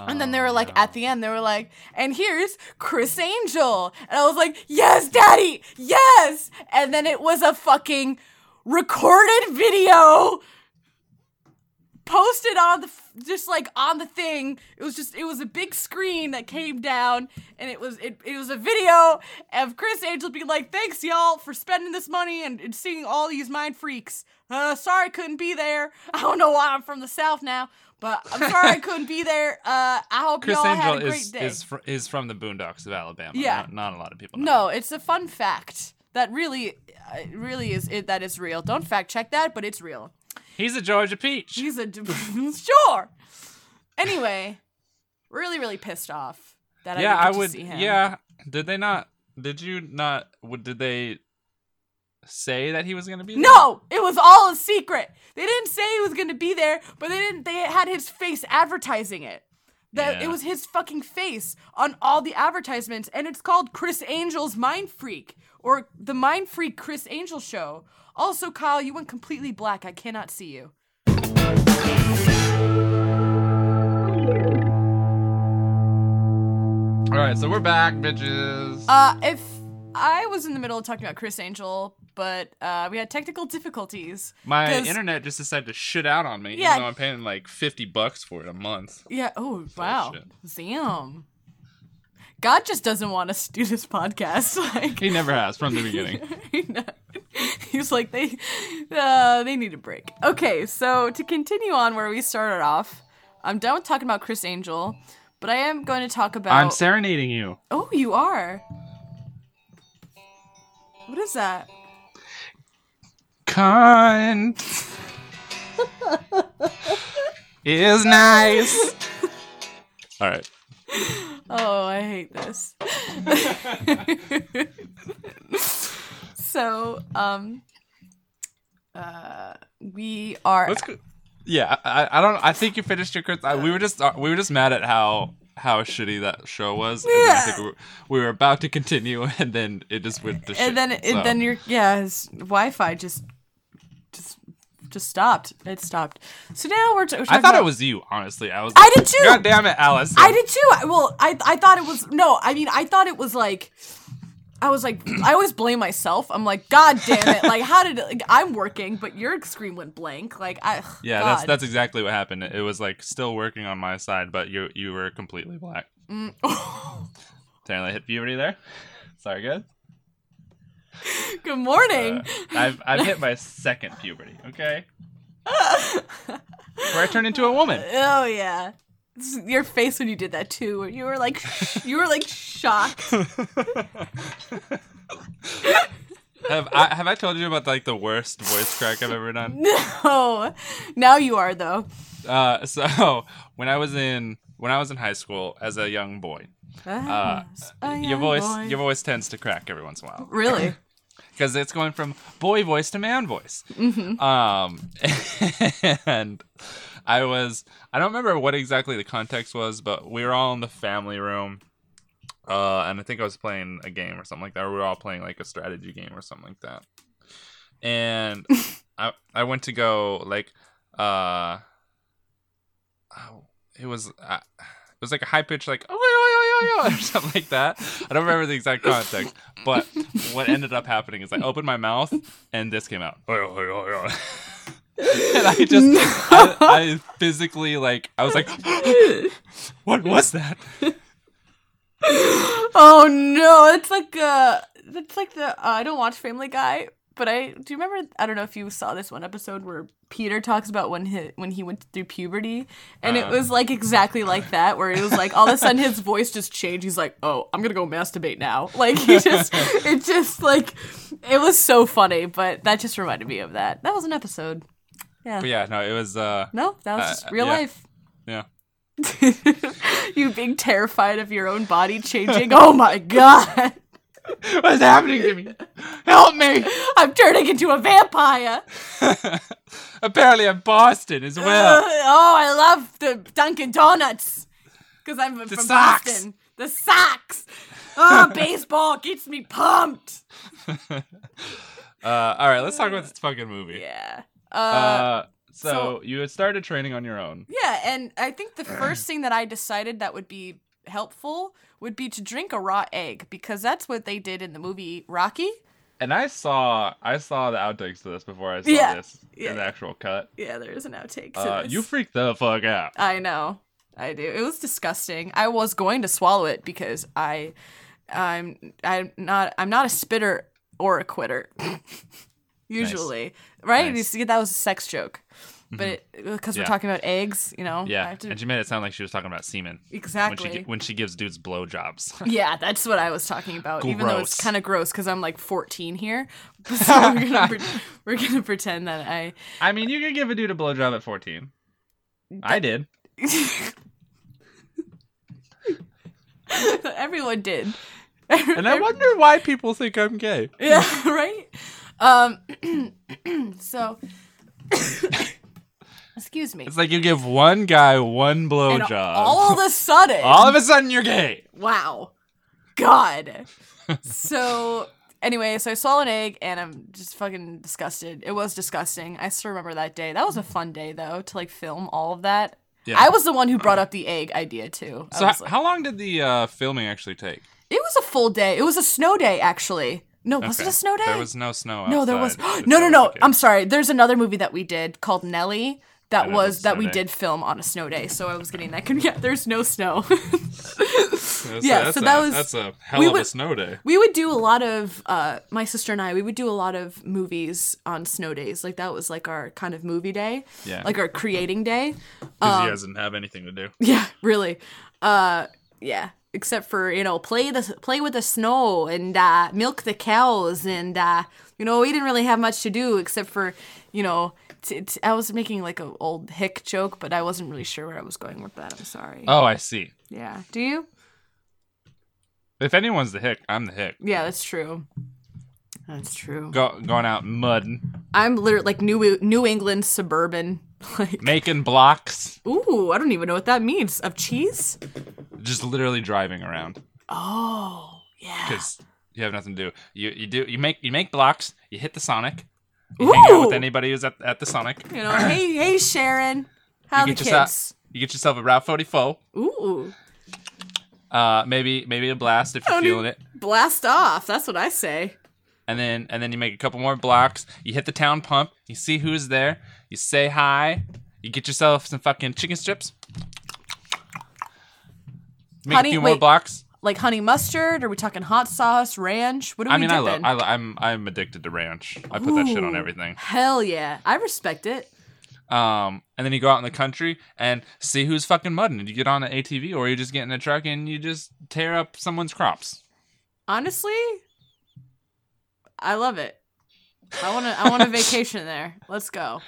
and then they were like, at the end, they were like, and here's Chris Angel. And I was like, yes, daddy, yes. And then it was a fucking recorded video posted on the f- just like on the thing it was just it was a big screen that came down and it was it, it was a video of chris angel being like thanks y'all for spending this money and, and seeing all these mind freaks uh sorry i couldn't be there i don't know why i'm from the south now but i'm sorry i couldn't be there uh i hope
Chris
y'all had a
Angel
great
is
day
is, fr- is from the Boondocks of Alabama.
Yeah.
Not, not a lot of people. Know.
no it's a fun fact that really uh, really is it that is real don't fact check that but it's real
He's a Georgia peach.
She's a sure. Anyway, really, really pissed off that
yeah,
I,
I
didn't get
would.
To see him.
Yeah. Did they not? Did you not? Would, did they say that he was going to be? there?
No, it was all a secret. They didn't say he was going to be there, but they didn't. They had his face advertising it. That
Yeah.
it was his fucking face on all the advertisements, and it's called Chris Angel's Mind Freak or the Mind Freak Chris Angel Show. Also, Kyle, you went completely black. I cannot see you.
All right, so we're back, bitches.
Uh, if I was in the middle of talking about Chris Angel, but uh, we had technical difficulties.
My
'cause-
internet just decided to shit out on me,
Yeah.
even though I'm paying like 50 bucks for it a month.
Yeah. Oh, wow.
shit.
Damn. God just doesn't want us to do this podcast. Like,
He never has from the beginning.
he's like they, uh, they need a break. Okay, so to continue on where we started off, I'm done with talking about Chris Angel, but I am going to talk about.
I'm serenading you.
oh, you are. What is that?
Cunt is nice. All right.
Oh, I hate this. so, um, uh, we are.
Let's go. Yeah, I, I don't. I think you finished your crit. I, we were just uh, we were just mad at how how shitty that show was. And then I think we were, we were about to continue, and then it just went to shit.
and then, it,
so.
then your yeah, his Wi-Fi just, just, just stopped. It stopped. So now we're. T- we're
I
talking
thought
about-
it was you. Honestly, I was.
I
like,
did too!
God damn it, Alice.
I did too. I, well, I I thought it was no. I mean, I thought it was like. I was like, I always blame myself. I'm like, God damn it! Like, how did like, I'm working, but your screen went blank. Like, I
Yeah,
God.
that's that's exactly what happened. It was like still working on my side, but you you were completely
Mm.
black. Apparently, I hit puberty there. Sorry, good.
Good
Uh,
morning.
I've I've hit my second puberty. Okay, where I turned into a woman.
oh yeah. This is Your face when you did that too, where you were like, sh- you were like shocked.
Have I have I told you about like the worst voice crack I've ever done?
No, now you are though.
Uh, so when I was in when I was in high school as a young boy, uh, your voice your voice tends to crack every once in a while.
really?
because it's going from boy voice to man voice. Um, and I was, I don't remember what exactly the context was, but we were all in the family room. Uh, and I think I was playing a game or something like that, or we were all playing like a strategy game or something like that. And I, I went to go like, uh, oh, it was, uh, it was like a high pitch, like, oh, or something like that. I don't remember the exact context, but what ended up happening is I opened my mouth and this came out. and I just, I, I physically, like, I was like, what was that?
Oh no, it's like uh, it's like the uh, I don't watch Family Guy, but I do you remember? I don't know if you saw this one episode where Peter talks about when he when he went through puberty, and it
Um.
was like exactly like that, where it was like all of a sudden his voice just changed. He's like, "Oh, I'm gonna go masturbate now." Like he just, it just like it was so funny, but that just reminded me of that. That was an episode.
But yeah, no, it was, uh,
No, that was
Uh,
just real
yeah.
life.
yeah.
you being terrified of your own body changing. Oh my god.
What is happening to me? Help me!
I'm turning into a vampire.
Apparently, I'm Boston as
Uh,
well.
oh, I love the Dunkin' Donuts because I'm from
socks.
Boston. The socks. Oh, baseball gets me pumped.
Uh, all right, let's talk about this fucking movie.
Yeah.
Uh, so,
so-
you had started training on your own.
Yeah, and I think the first thing that I decided that would be helpful would be to drink a raw egg because that's what they did in the movie Rocky.
And I saw I saw the outtakes to this before I saw
Yeah.
this
Yeah.
in the actual cut.
Yeah, there is an outtake. to
Uh,
this.
you freaked the fuck out.
I know. I do. It was disgusting. I was going to swallow it because I I'm I'm not I'm not a spitter or a quitter. Usually.
Nice.
Right?
Mm-hmm.
You see, that was a sex joke. But because
Yeah.
we're talking about eggs, you know. I
Yeah,
have to-
and she made it sound like she was talking about semen when
exactly.
she gi- when she gives dudes blowjobs.
yeah, that's what I was talking about. Even though it's
Gross.
kind of gross because I'm like 14 here, so we're gonna pre- we're gonna pretend that I
I mean, you can give a dude a blowjob at fourteen. I did.
everyone did.
And I wonder why people think I'm gay.
Yeah, right? Um so excuse me.
It's like you give one guy one
And
blowjob.
all of a sudden
all of a sudden, you're gay.
Wow. God. so anyway, so I swallow an egg and I'm just fucking disgusted. It was disgusting. I still remember that day. That was a fun day though, to like film all of that.
Yeah.
I was the one who brought up the egg idea too. I
So,
was
h-
like-
how long did the uh, filming actually take?
it was a full day. It was a snow day actually. No, was it
Okay.
a snow day?
There was no snow.
No, there was
outside. It's
no, no,
always
no.
okay.
I'm sorry. There's another movie that we did called Nelly. That
know,
was
it's
that
snow
we
day.
did film on a snow day, so I was getting that. Con- yeah, there's no snow.
That's a-
yeah,
that's
so
a-
that was-
that's a hell
we
of a
would-
snow day.
we would do a lot of uh, my sister and I. We would do a lot of movies on snow days. Like that was like our kind of movie day.
Yeah.
Like our creating day.
Because he doesn't have anything to do.
Um, Yeah, really. Uh, yeah. Except for you know, play the play with the snow and uh, milk the cows, and uh, you know, we didn't really have much to do except for you know, t- t- I was making like an old hick joke, but I wasn't really sure where I was going with that. I'm sorry.
Oh, I see.
yeah. Do you?
If anyone's the hick, I'm the hick.
Yeah, that's true. That's true.
Go, going out mudding,
I'm literally like New New England suburban. Like,
making blocks,
ooh, I don't even know what that means. Of cheese?
just literally driving around
Oh, yeah.
because you have nothing to do. You you do you make you make blocks. You hit the Sonic. You hang out with
Ooh!
anybody who's at, at the Sonic. You
You know, hey, hey, Sharon, how the
get
kids?
yourself you get yourself a Route 44.
Ooh,
Uh, maybe maybe a blast if you're
Tony.
feeling it.
blast off. That's what I say.
and then and then you make a couple more blocks. You hit the town pump. You see who's there. You say hi. You get yourself some fucking chicken strips. Make
Honey,
a few more
wait.
blocks.
Like honey mustard? Are we talking hot sauce, ranch? What are
I
we
mean, I love.
dipping?
I, lo- I'm I'm addicted to ranch. I put that shit on
Ooh,
everything.
Hell yeah. I respect it.
Um, and then you go out in the country and see who's fucking mudding. You get on an ATV or you just get in a truck and you just tear up someone's crops.
Honestly, I love it. I want to I want a vacation there. Let's go.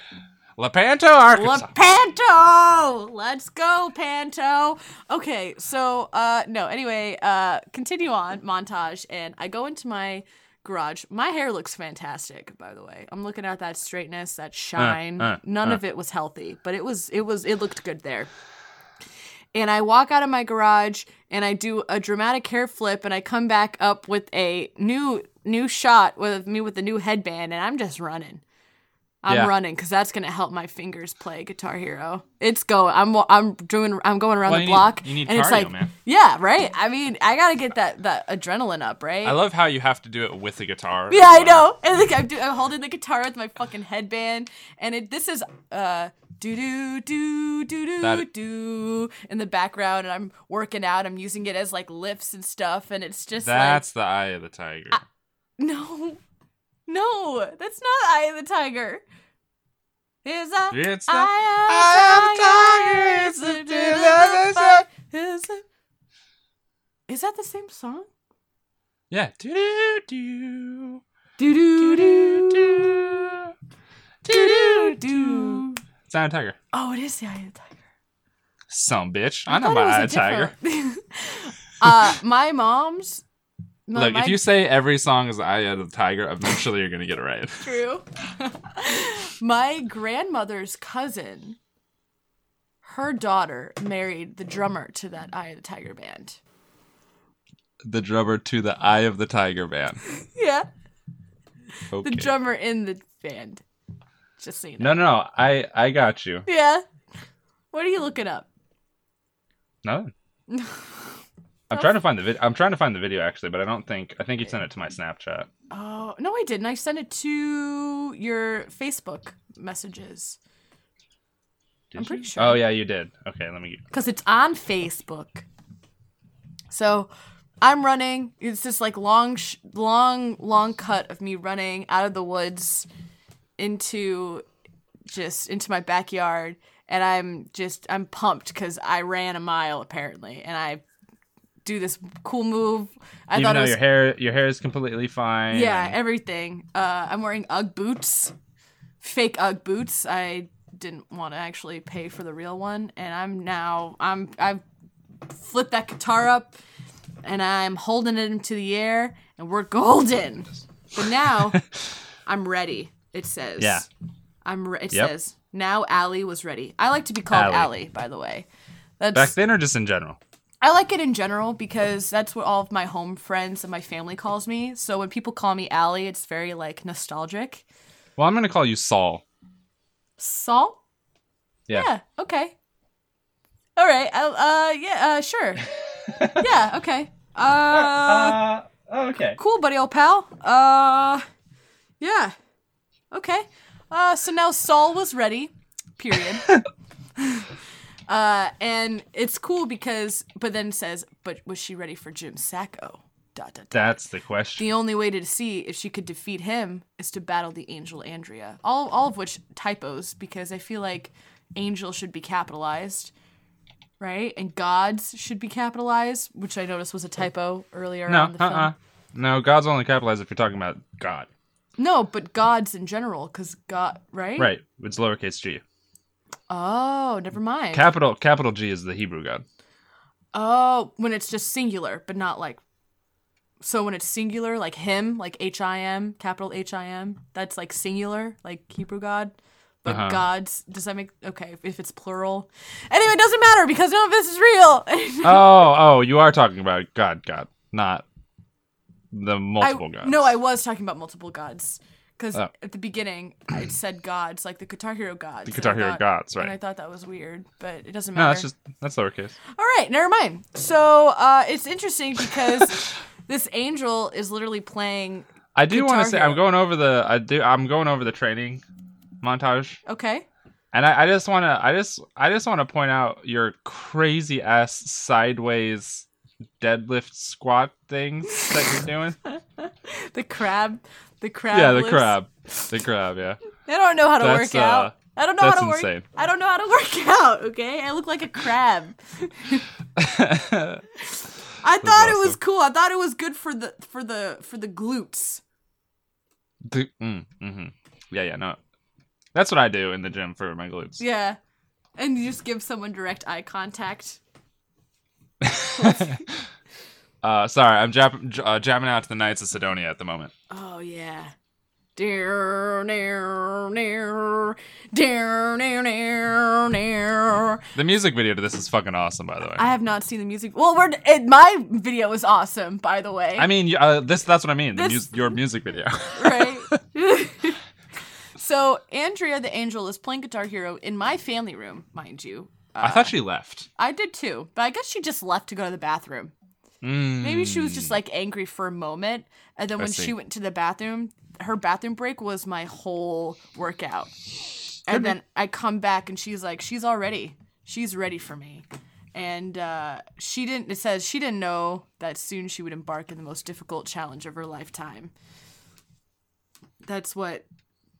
Lepanto, Arkansas.
Lepanto! Let's go, Panto. Okay, so uh no, anyway, uh continue on montage and I go into my garage. My hair looks fantastic, by the way. I'm looking at that straightness, that shine.
uh,
None
uh.
of it was healthy, but it was it was it looked good there. And I walk out of my garage and I do a dramatic hair flip and I come back up with a new new shot with me with a new headband and I'm just running. I'm
Yeah.
running because that's gonna help my fingers play Guitar Hero. It's going. I'm wa- I'm doing. I'm going around
Well,
the
you need-
block.
you need
and it's
cardio,
like,
man.
Yeah, right. I mean, I gotta get that that adrenaline up, right?
I love how you have to do it with a guitar.
yeah, I know. And like I'm, do, I'm holding the guitar with my fucking headband, and it, this is uh do do do do do
That-
do in the background, and I'm working out. I'm using it as like lifts and stuff, and it's just like,
That's the eye of the tiger.
No, no, that's not Eye of the Tiger. Is that
It's the Eye
Eye of
of
the
the Tiger,
Tiger? Is
it's the
it
devil's
fire? Is it- Is that the same song?
Yeah. Do do do
Do do
do
do
do
do do.
It's Eye of the Tiger.
Oh, it is the Eye of the Tiger.
Some bitch. I, know
thought it
my
was
Eye
a
of the Tiger.
different- uh, my mom's. my-
Look,
my-
if you say every song is Eye of the Tiger, eventually you're gonna get it right.
true. My grandmother's cousin, her daughter married the drummer to that Eye of the Tiger band.
The drummer to the Eye of the Tiger band.
Yeah,
Okay.
the drummer in the band. Just so you know.
No, no, no. I I got you.
Yeah. What are you looking up?
No. I'm trying to find the video. I'm trying to find the video actually, but I don't think I think you sent it to my Snapchat.
Oh no, I didn't. I sent it to your Facebook messages
Did
I'm pretty
you?
sure.
Oh yeah, you did. Okay, let me.
because it's on Facebook. So I'm running. It's this like long, sh- long, long cut of me running out of the woods into just into my backyard, and I'm just I'm pumped because I ran a mile apparently, and I do this cool move. I
Even
thought
though
it was
your hair your hair is completely fine.
yeah,
and-
everything. Uh, I'm wearing UGG boots, fake UGG boots. I didn't want to actually pay for the real one, and I'm now I'm I've flipped that guitar up, and I'm holding it into the air, and we're golden. But now I'm ready. It says.
Yeah.
I'm. Re- it
Yep.
says now. Allie was ready. I like to be called
Allie.
Allie, by the way. That's
Back then or just in general?
I like it in general because that's what all of my home friends and my family calls me. So when people call me Allie, it's very like nostalgic.
Well, I'm gonna call you Saul.
Salt?
Yeah.
Yeah. Okay. All right. I- Uh, yeah. Uh, sure. yeah. Okay. Uh,
Uh, okay.
cool, buddy, old pal. Uh, yeah. Okay. Uh, so now Saul was ready. Period. uh, and it's cool because, but then it says, but was she ready for Jim Sacco? Dot dot dot.
That's the question.
The only way to see if she could defeat him is to battle the angel Andrea. All, all of which typos because I feel like angel should be capitalized, right? And gods should be capitalized, which I noticed was a typo earlier
No,
on the
uh, uh
film.
No, God's only capitalized if you're talking about God.
No, but gods in general, because God, right?
Right. It's lowercase G.
Oh, never mind.
Capital capital G is the Hebrew God.
oh, when it's just singular, but not like. So when it's singular, like him, like H I M, capital H I M, that's like singular, like Hebrew God. But
Uh-huh.
gods, does that make okay? If it's plural, anyway, it doesn't matter because none of this is real.
oh, oh, you are talking about God, God, not the multiple
I,
gods.
No, I was talking about multiple gods because
Oh.
at the beginning I said gods, like the Guitar Hero gods.
The Guitar
and I
Hero
thought-
gods,
And I
right?
thought that was weird, but it doesn't matter.
No, that's just that's lowercase.
All right, never mind. So uh, it's interesting because this angel is literally playing.
I do want
Guitar
to say I'm
Hero.
going over the I do I'm going over the training montage,
Okay.
and I, I just want to I just I just want to point out your crazy ass sideways deadlift squat things that you're doing?
the crab, the crab.
yeah, the
lips.
crab. The crab, yeah.
I don't know how to
That's,
work out.
uh,
I don't know how
that's
to work.
insane.
I don't know how to work out. Okay, I look like a crab. I thought it was
awesome.
cool. I thought it was good for the for the for the glutes.
The- mm, hmm Yeah, yeah, no. That's what I do in the gym for my glutes.
Yeah, and you just give someone direct eye contact.
Uh, sorry, I'm jap- j- uh, jamming out to the Knights of Sidonia at the moment.
Oh yeah. Dear, near, near, dear, near, near, near.
The music video to this is fucking awesome, by the way.
I have not seen the music. Well, we're it, my video is awesome, by the way.
I mean, y- uh, this—that's what I mean. The
This-
mus- your music video.
right? so Andrea the Angel is playing Guitar Hero in my family room, mind you. Uh,
I thought she left.
I did too, but I guess she just left to go to the bathroom. Maybe she was just like angry for a moment, and then when she
Hmm. see.
went to the bathroom, her bathroom break was my whole workout. And then I come back, and she's like, "She's all ready. She's ready for me." And uh, she didn't. It says she didn't know that soon she would embark in the most difficult challenge of her lifetime. That's what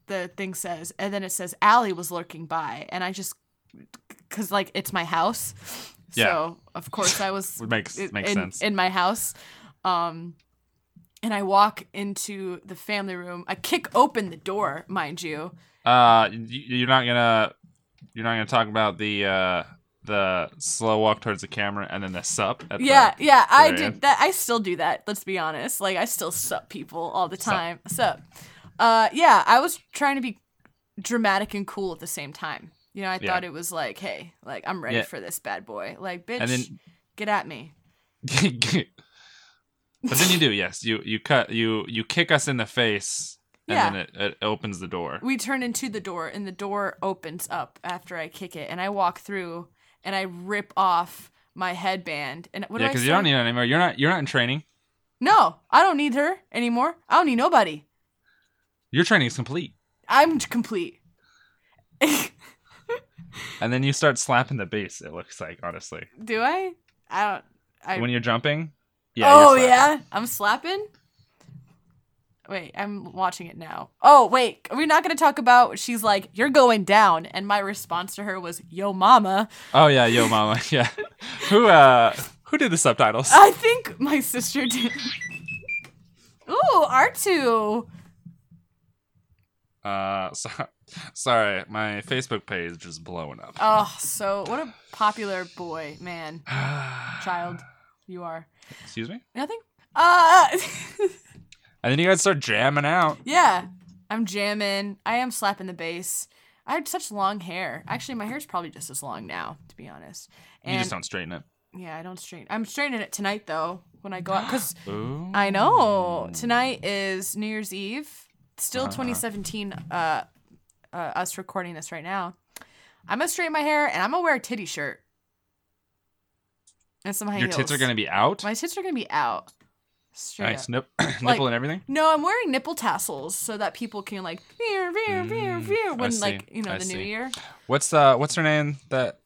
the thing says. And then it says Allie was lurking by, and I just because like it's my house,
Yeah.
so of course I was
Would makes-
in,
makes
in-
sense.
in my house. Um, and I walk into the family room. I kick open the door, mind you.
Uh, y- you're not gonna, you're not gonna talk about the uh, the slow walk towards the camera and then the sup. At the-
Yeah, yeah, I
Right.
did that. I still do that. Let's be honest. Like I still sup people all the time. Sup. Uh, yeah, I was trying to be dramatic and cool at the same time. You know, I
Yeah.
thought it was like, hey, like I'm ready
Yeah.
for this bad boy. Like, bitch,
And then-
get at me.
but then you do, yes. You you cut you you kick us in the face, and
Yeah.
then it, it opens the door.
we turn into the door and the door opens up after I kick it and I walk through and I rip off my headband and what
yeah,
do I
because
say?
you don't need it anymore. You're not you're not in training.
No, I don't need her anymore. I don't need nobody.
Your training is complete,
I'm t- complete.
and then you start slapping the base. It looks like honestly,
do I? I don't I
when you're jumping. you're
Oh
slapping.
yeah, I'm slapping. Wait, I'm watching it now. Oh wait, are we not going to talk about she's like you're going down and my response to her was yo mama.
Oh yeah, yo mama. Yeah. who uh who did the subtitles?
I think my sister did. Ooh, R2.
Uh, so, sorry, my Facebook page is blowing up.
Oh, so what a popular boy, man, child you are.
Excuse me.
Nothing? Uh,
And then you guys start jamming out.
yeah. I'm jamming. I am slapping the bass. I had such long hair. Actually, my hair's probably just as long now, to be honest. And
you just don't straighten it.
yeah, I don't straighten. I'm straightening it tonight though when I go out cuz
Ooh.
I know.
Mm.
Tonight is New Year's Eve. Still
Uh-huh.
2017. Uh, uh, us recording this right now. I'm gonna straighten my hair and I'm gonna wear a titty shirt. And some high
Your tits
heels.
are gonna be out.
My tits are gonna be out. Straight
Nice
up.
nip- nipple
Like-
and everything.
No, I'm wearing nipple tassels so that people can like veer, veer, veer, veer when
see.
like you know
Mm, I
the new
see.
year.
What's uh what's her name that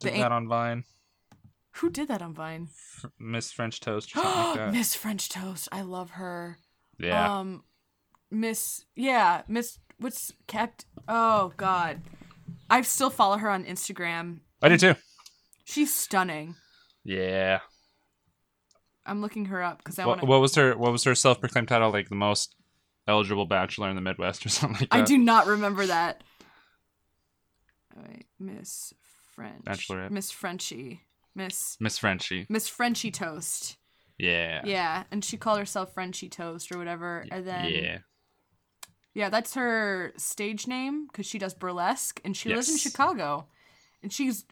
The
did
an-
that on Vine?
Who did that on Vine?
Miss French Toast or something like that.
Miss French Toast. I love her.
Yeah.
Um, Miss, yeah, Miss, what's kept? Oh God, I still follow her on Instagram.
I do too.
She's stunning.
Yeah.
I'm looking her up because I want
What,
to.
what was her what was her self proclaimed title? Like the most eligible bachelor in the Midwest or something like that.
I do not remember that. All right, Miss French.
Bachelorette.
Miss Frenchie. Miss
Miss Frenchie.
Miss Frenchie Toast.
Yeah.
Yeah. and she called herself Frenchie Toast or whatever. And then
Yeah.
Yeah, that's her stage name because she does burlesque and she lives in
Yes.
Chicago. And she's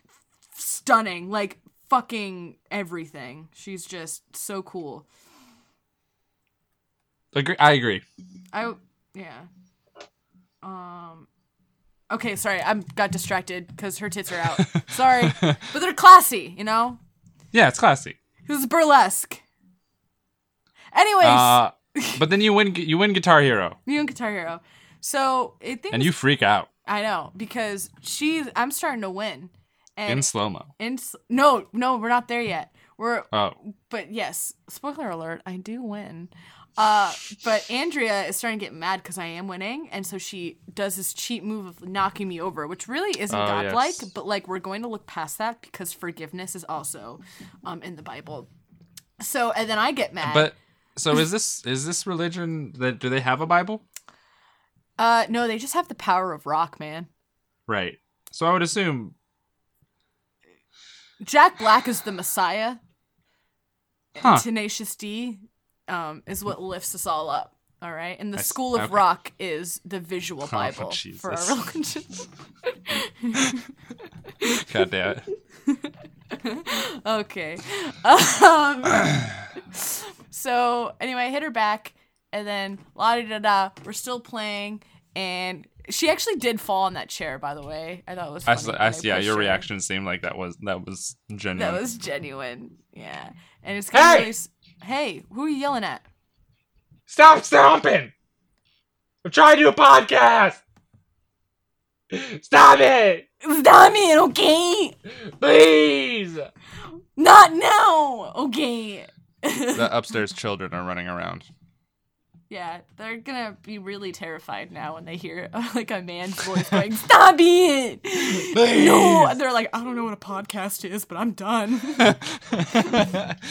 stunning, like fucking everything. She's just so cool.
Agree. I agree.
I yeah. Um Okay, sorry. I am got distracted cuz her tits are out. sorry. But they're classy, you know?
Yeah, it's classy.
This is burlesque. Anyways,
Uh, but then you win you win Guitar Hero
New and Guitar Hero. So, I think
and you freak out
I know because she's I'm starting to win. And
in slow mo.
In s- no, no, we're not there yet. We're
Oh,
but yes, spoiler alert, I do win. Uh, but Andrea is starting to get mad because I am winning, and so she does this cheat move of knocking me over, which really isn't
Oh,
godlike.
yes.
But like, we're going to look past that because forgiveness is also um, in the Bible. So, and then I get mad.
but so is this is this religion that do they have a Bible?
uh, no, they just have the power of rock, man.
Right. So I would assume.
Jack Black is the Messiah.
Huh.
Tenacious D um, is what lifts us all up. All right. And the
I s-
School of
okay. Oh,
Rock is the visual Bible for
Jesus.
our religion.
God damn it.
okay. Um, so, anyway, I hit her back, and then la da da da. We're still playing, and she actually did fall on that chair, by the way. I thought it was
I,
funny.
s-
when
I s- yeah,
pushed
your
her.
reaction seemed like that was that was genuine.
That was genuine. Yeah. And it's kind
Hey!
of really. s- Hey, who are you yelling at?
Stop stomping! I'm trying to do a podcast! Stop it!
Stop it, okay?
Please!
Not now, okay?
the upstairs children are running around.
yeah, they're gonna be really terrified now when they hear like a man's voice going, "Stop it!" No, and they're like, "I don't know what a podcast is, but I'm done."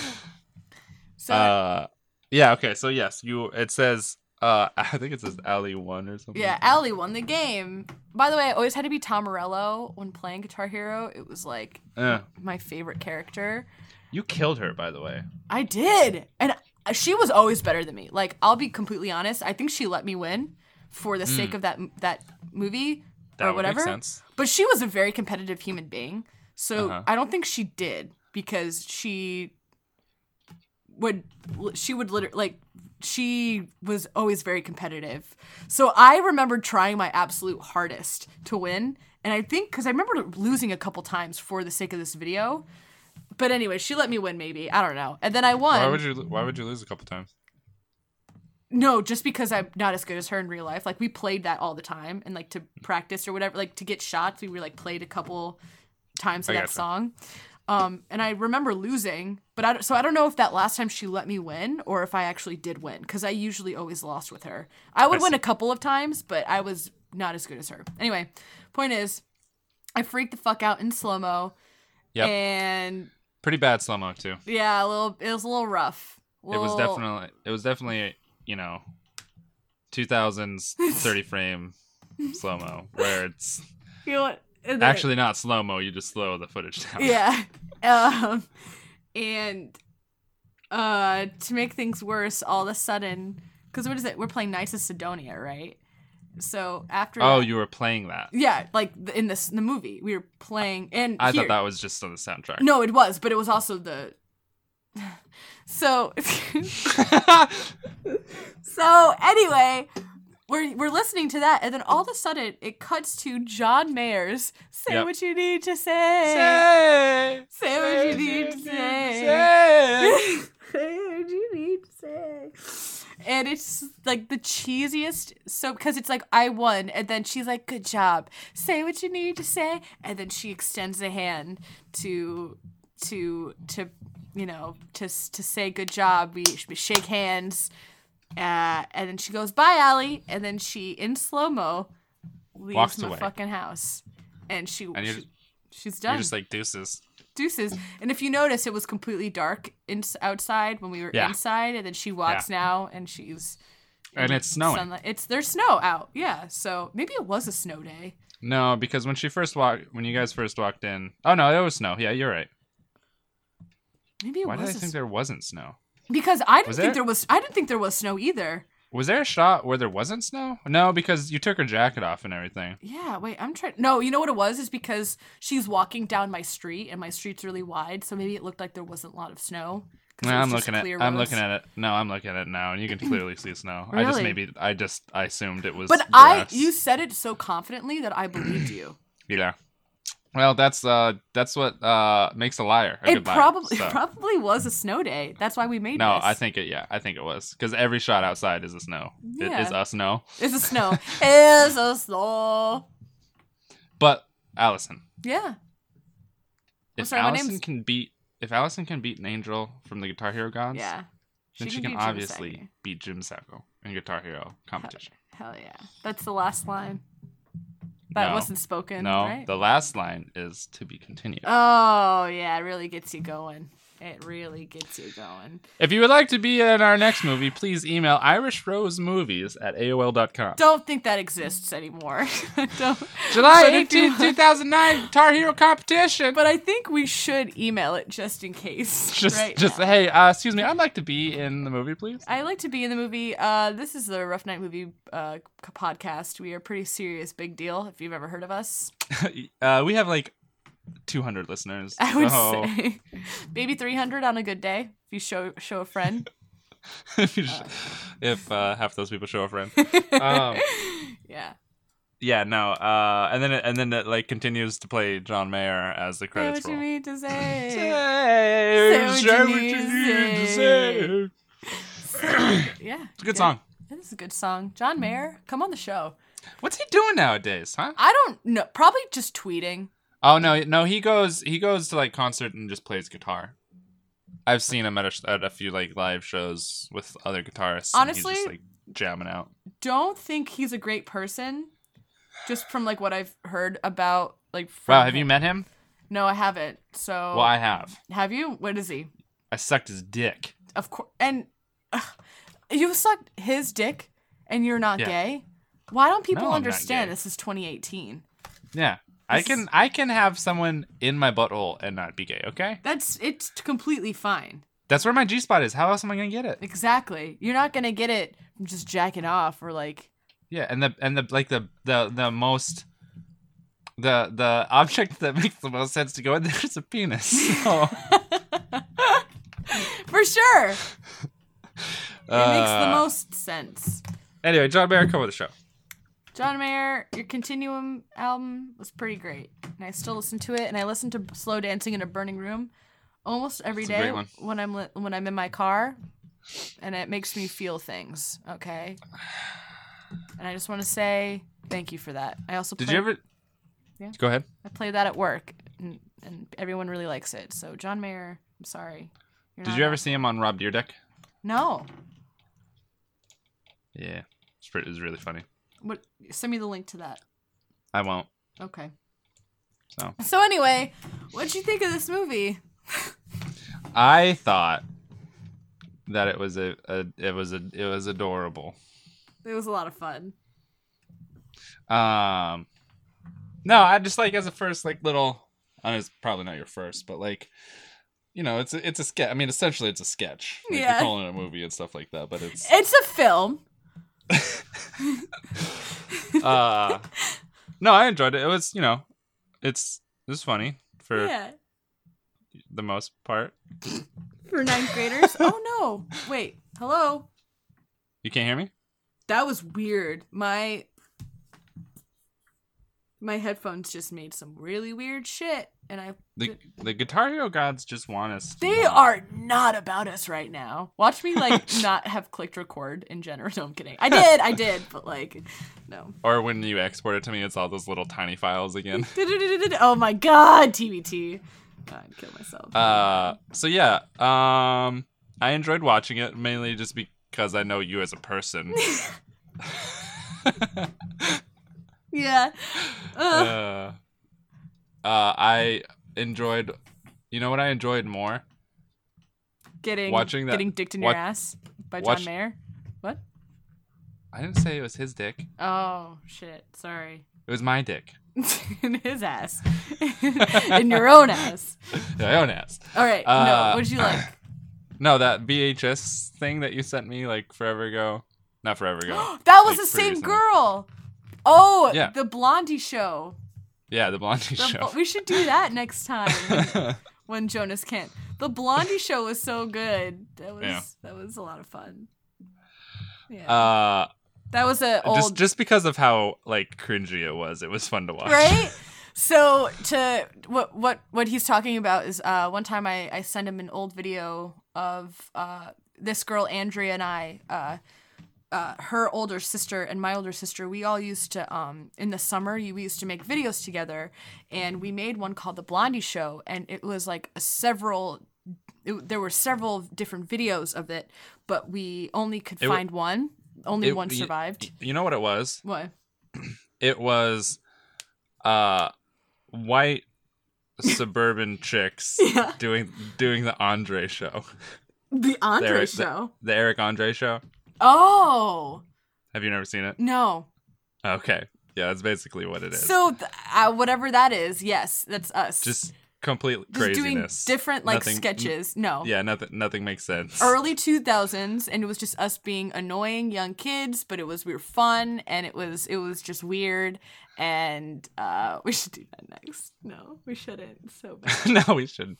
So
uh, yeah. Okay. So yes, you. It says. Uh, I think it says Alley One or something.
yeah, Allie won the game. By the way, I always had to be Tom Morello when playing Guitar Hero. It was like
Uh,
my favorite character.
you killed her, by the way.
I did. And she was always better than me. Like I'll be completely honest, I think she let me win for the sake of that that movie
That
or
would make
whatever.
sense.
But she was a very competitive human being. So
Uh-huh.
I don't think she did because she would she would literally like she was always very competitive. So I remember trying my absolute hardest to win. And I think because I remember losing a couple times for the sake of this video. But anyway, she let me win, maybe. I don't know. And then I won.
Why would you? Why would you lose a couple times?
No, just because I'm not as good as her in real life. Like we played that all the time, and like to practice or whatever, like to get shots, we were like played a couple times of
I
that
gotcha.
song. Um, and I remember losing, but I don't- so I don't know if that last time she let me win or if I actually did win because I usually always lost with her. I would
I
win
see.
a couple of times, but I was not as good as her. Anyway, point is, I freaked the fuck out in slow mo,
Yep.
and
Pretty bad slow mo too.
yeah, a little it was a little rough.
It was
Little-
definitely. It was definitely. You know, two thousands thirty frame slow mo where it's
You know what? And then-
actually not slow mo. You just slow the footage down.
yeah um and uh to make things worse all of a sudden because what is it we're playing knights of sidonia right so after
Oh,
that-
you were playing that.
yeah like th- in this in the movie we were playing and
I
here-
thought that was just on the soundtrack.
no it was but it was also the so so anyway we're, we're listening to that and then all of a sudden it cuts to john mayer's say
Yep.
what you need to say
Say,
Say what you need to say.
say.
Say what you need to say. And it's like the cheesiest. So because it's like I won, and then she's like, "Good job. Say what you need to say," and then she extends a hand to to to you know to s- to say good job. We, sh- we shake hands, uh, and then she goes, "Bye, Allie," and then she in slow mo leaves
Walks
my
away.
fucking house, and she.
And you're,
she- She's done
you're just like deuces.
deuces. And if you notice, it was completely dark in- outside when we were
Yeah.
inside, and then she walks now, and she's
And it's snowing.
sunlight. It's there's snow out, yeah. So maybe it was a snow day.
No, because when she first walked, when you guys first walked in, oh no, it was snow. Yeah, you're right.
Maybe it
Why did
was
I
a
think
s-
there wasn't snow?
because I didn't
Was
think
there-
there was I didn't think there was snow either.
Was there a shot where there wasn't snow? No, because you took her jacket off and everything.
Yeah, wait, I'm trying. No, you know what it was? Is because she's walking down my street, and my street's really wide, so maybe it looked like there wasn't a lot of snow. 'cause it
No,
was
I'm
just
looking at
clear
I'm
roads.
looking at it. No, I'm looking at it now, and you can clearly see snow. I just
Really?
maybe I just I assumed it was.
But I,
grass.
you said it so confidently that I believed you.
yeah. Well, that's uh that's what uh makes a liar. A
It
good liar,
probably
so.
probably was a snow day. That's why we made
No,
this.
I think it. Yeah, I think it was because every shot outside is a snow. It is
Yeah.
a snow.
It's a snow. it's a snow.
But Allison,
Yeah.
if
sorry, my
Allison
name's-
can beat if Allison can beat an angel from the Guitar Hero gods,
Yeah.
then she, can,
do Jim
obviously
Sackey.
beat Jim Sacco in Guitar Hero competition.
Hell yeah. That's the last line. That
no,
wasn't spoken.
no.
Right?
The last line is to be continued.
Oh yeah, it really gets you going. It really gets you going.
if you would like to be in our next movie, please email irishrosemovies at aol.com.
Don't think that exists anymore. Don't.
July
But if you
18th, 2009 Guitar Hero competition.
But I think we should email it just in case.
just,
right
just
now.
hey, uh, excuse me, I'd like to be in the movie, please.
I like to be in the movie. Uh, this is the Rough Night Movie uh, c- podcast. We are pretty serious, big deal. If you've ever heard of us,
uh, we have like 200 listeners.
I would
so
say maybe 300 on a good day. If you show show a friend,
if you sh- if uh, half those people show a friend. Um,
yeah,
yeah, no. Uh, and then it, and then it like continues to play John Mayer as the
say
credits
what you
roll.
need to say.
Say,
what
say
you
what
need
you
to
need to
say.
say.
yeah,
It's a good song.
This is a good song. John Mayer, come on the show.
What's he doing nowadays, huh?
I don't know. Probably just tweeting.
Oh no, no, he goes he goes to like concert and just plays guitar. I've seen him at a, sh- at a few like live shows with other guitarists. and he's
Honestly-
just, like jamming out.
Don't think he's a great person. Just from like what I've heard about, like. From
Wow, have you
him.
met him?
No, I haven't. So.
Well, I have.
Have you? What is he?
I sucked his dick.
Of course. And ugh, you sucked his dick, and you're not
Yeah.
gay. Why don't people
No, I'm not
understand
gay.
this is 2018?
Yeah, I
This-
can I can have someone in my butthole and not be gay. Okay,
That's it's completely fine.
that's where my G spot is. How else am I gonna get it?
Exactly. You're not gonna get it from just jacking off or like.
Yeah, and the and the like the the the most the the object that makes the most sense to go in there is a penis. So,
For sure, it makes the
uh,
most sense.
Anyway, John Mayer, come with the show.
John Mayer, your Continuum album was pretty great, and I still listen to it. And I listen to Slow Dancing in a Burning Room almost every
It's a
day
great one.
when I'm li- when I'm in my car, and it makes me feel things. Okay, and I just want to say thank you for that. I also
Did
play,
you ever?
Yeah.
Go ahead.
I play that at work, and, and everyone really likes it. So John Mayer, I'm sorry. You're
Did
not
you ever
an-
see him on Rob Deerdeck?
No.
Yeah, it's pretty. It's really funny.
What? Send me the link to that.
I won't.
Okay.
So.
So anyway, what'd you think of this movie?
I thought that it was a, a it was a it was adorable.
It was a lot of fun.
Um, no, I just like as a first like little. I mean, it's probably not your first, but like, you know, it's a, it's a sketch. I mean, essentially, it's a sketch. Like,
Yeah.
You're calling it a movie and stuff like that, but it's
It's a film.
uh, no, I enjoyed it. It was you know, it's it was funny for
Yeah.
the most part.
For ninth graders. oh no. Wait. Hello.
You can't hear me.
That was weird. My my headphones just made some really weird shit and I
The the Guitar Hero gods just want us. to
they
not-
are not about us right now. Watch me like not have clicked record in general. No, I'm kidding. I did, I did, but like no.
Or when you export it to me, it's all those little tiny files again.
Oh my god, TBT. I'd kill myself.
Uh, so yeah, um, I enjoyed watching it mainly just because I know you as a person.
yeah. Ugh.
uh, uh, I enjoyed. You know what I enjoyed more?
getting
watching that-
getting dicked in
watch-
your ass by
watch-
John Mayer. What?
I didn't say it was his dick.
Oh shit! Sorry.
It was my dick.
in his ass. in your own ass.
My own ass.
All right.
Uh,
no. What'd you like?
No, that VHS thing that you sent me like forever ago. Not forever ago.
that was
like,
the
pretty
same
recently.
girl. Oh,
Yeah.
the Blondie show.
Yeah, the Blondie
The
show.
Bl- we should do that next time when, when Jonas can't. The Blondie show was so good. That was
Yeah.
that was a lot of fun. Yeah.
uh,
that was an old
just just because of how like cringy it was, it was fun to watch.
right so to what what what he's talking about is uh one time i i sent him an old video of uh this girl andrea and i uh uh, her older sister and my older sister, we all used to, um, in the summer, you- we used to make videos together. And we made one called The Blondie Show. And it was like several it, there were several different videos of it, but we only could
It wa-
find one. Only
it-
one
y-
survived.
You know what it was?
what?
It was uh white suburban chicks
Yeah.
doing doing the Andre show.
The Andre
There-
show.
The Eric Andre show.
Oh
Have you never seen it?
no!
Okay. Yeah, that's basically what it is.
So th- uh, whatever that is, yes, that's us.
just complete
Just doing
craziness.
different like
Nothing-
sketches. No.
yeah, nothing nothing makes sense.
Early 2000s, and it was just us being annoying young kids, but it was we were fun, and it was it was just weird, and uh, we should do that next. No, we shouldn't. It's So bad.
no, we shouldn't.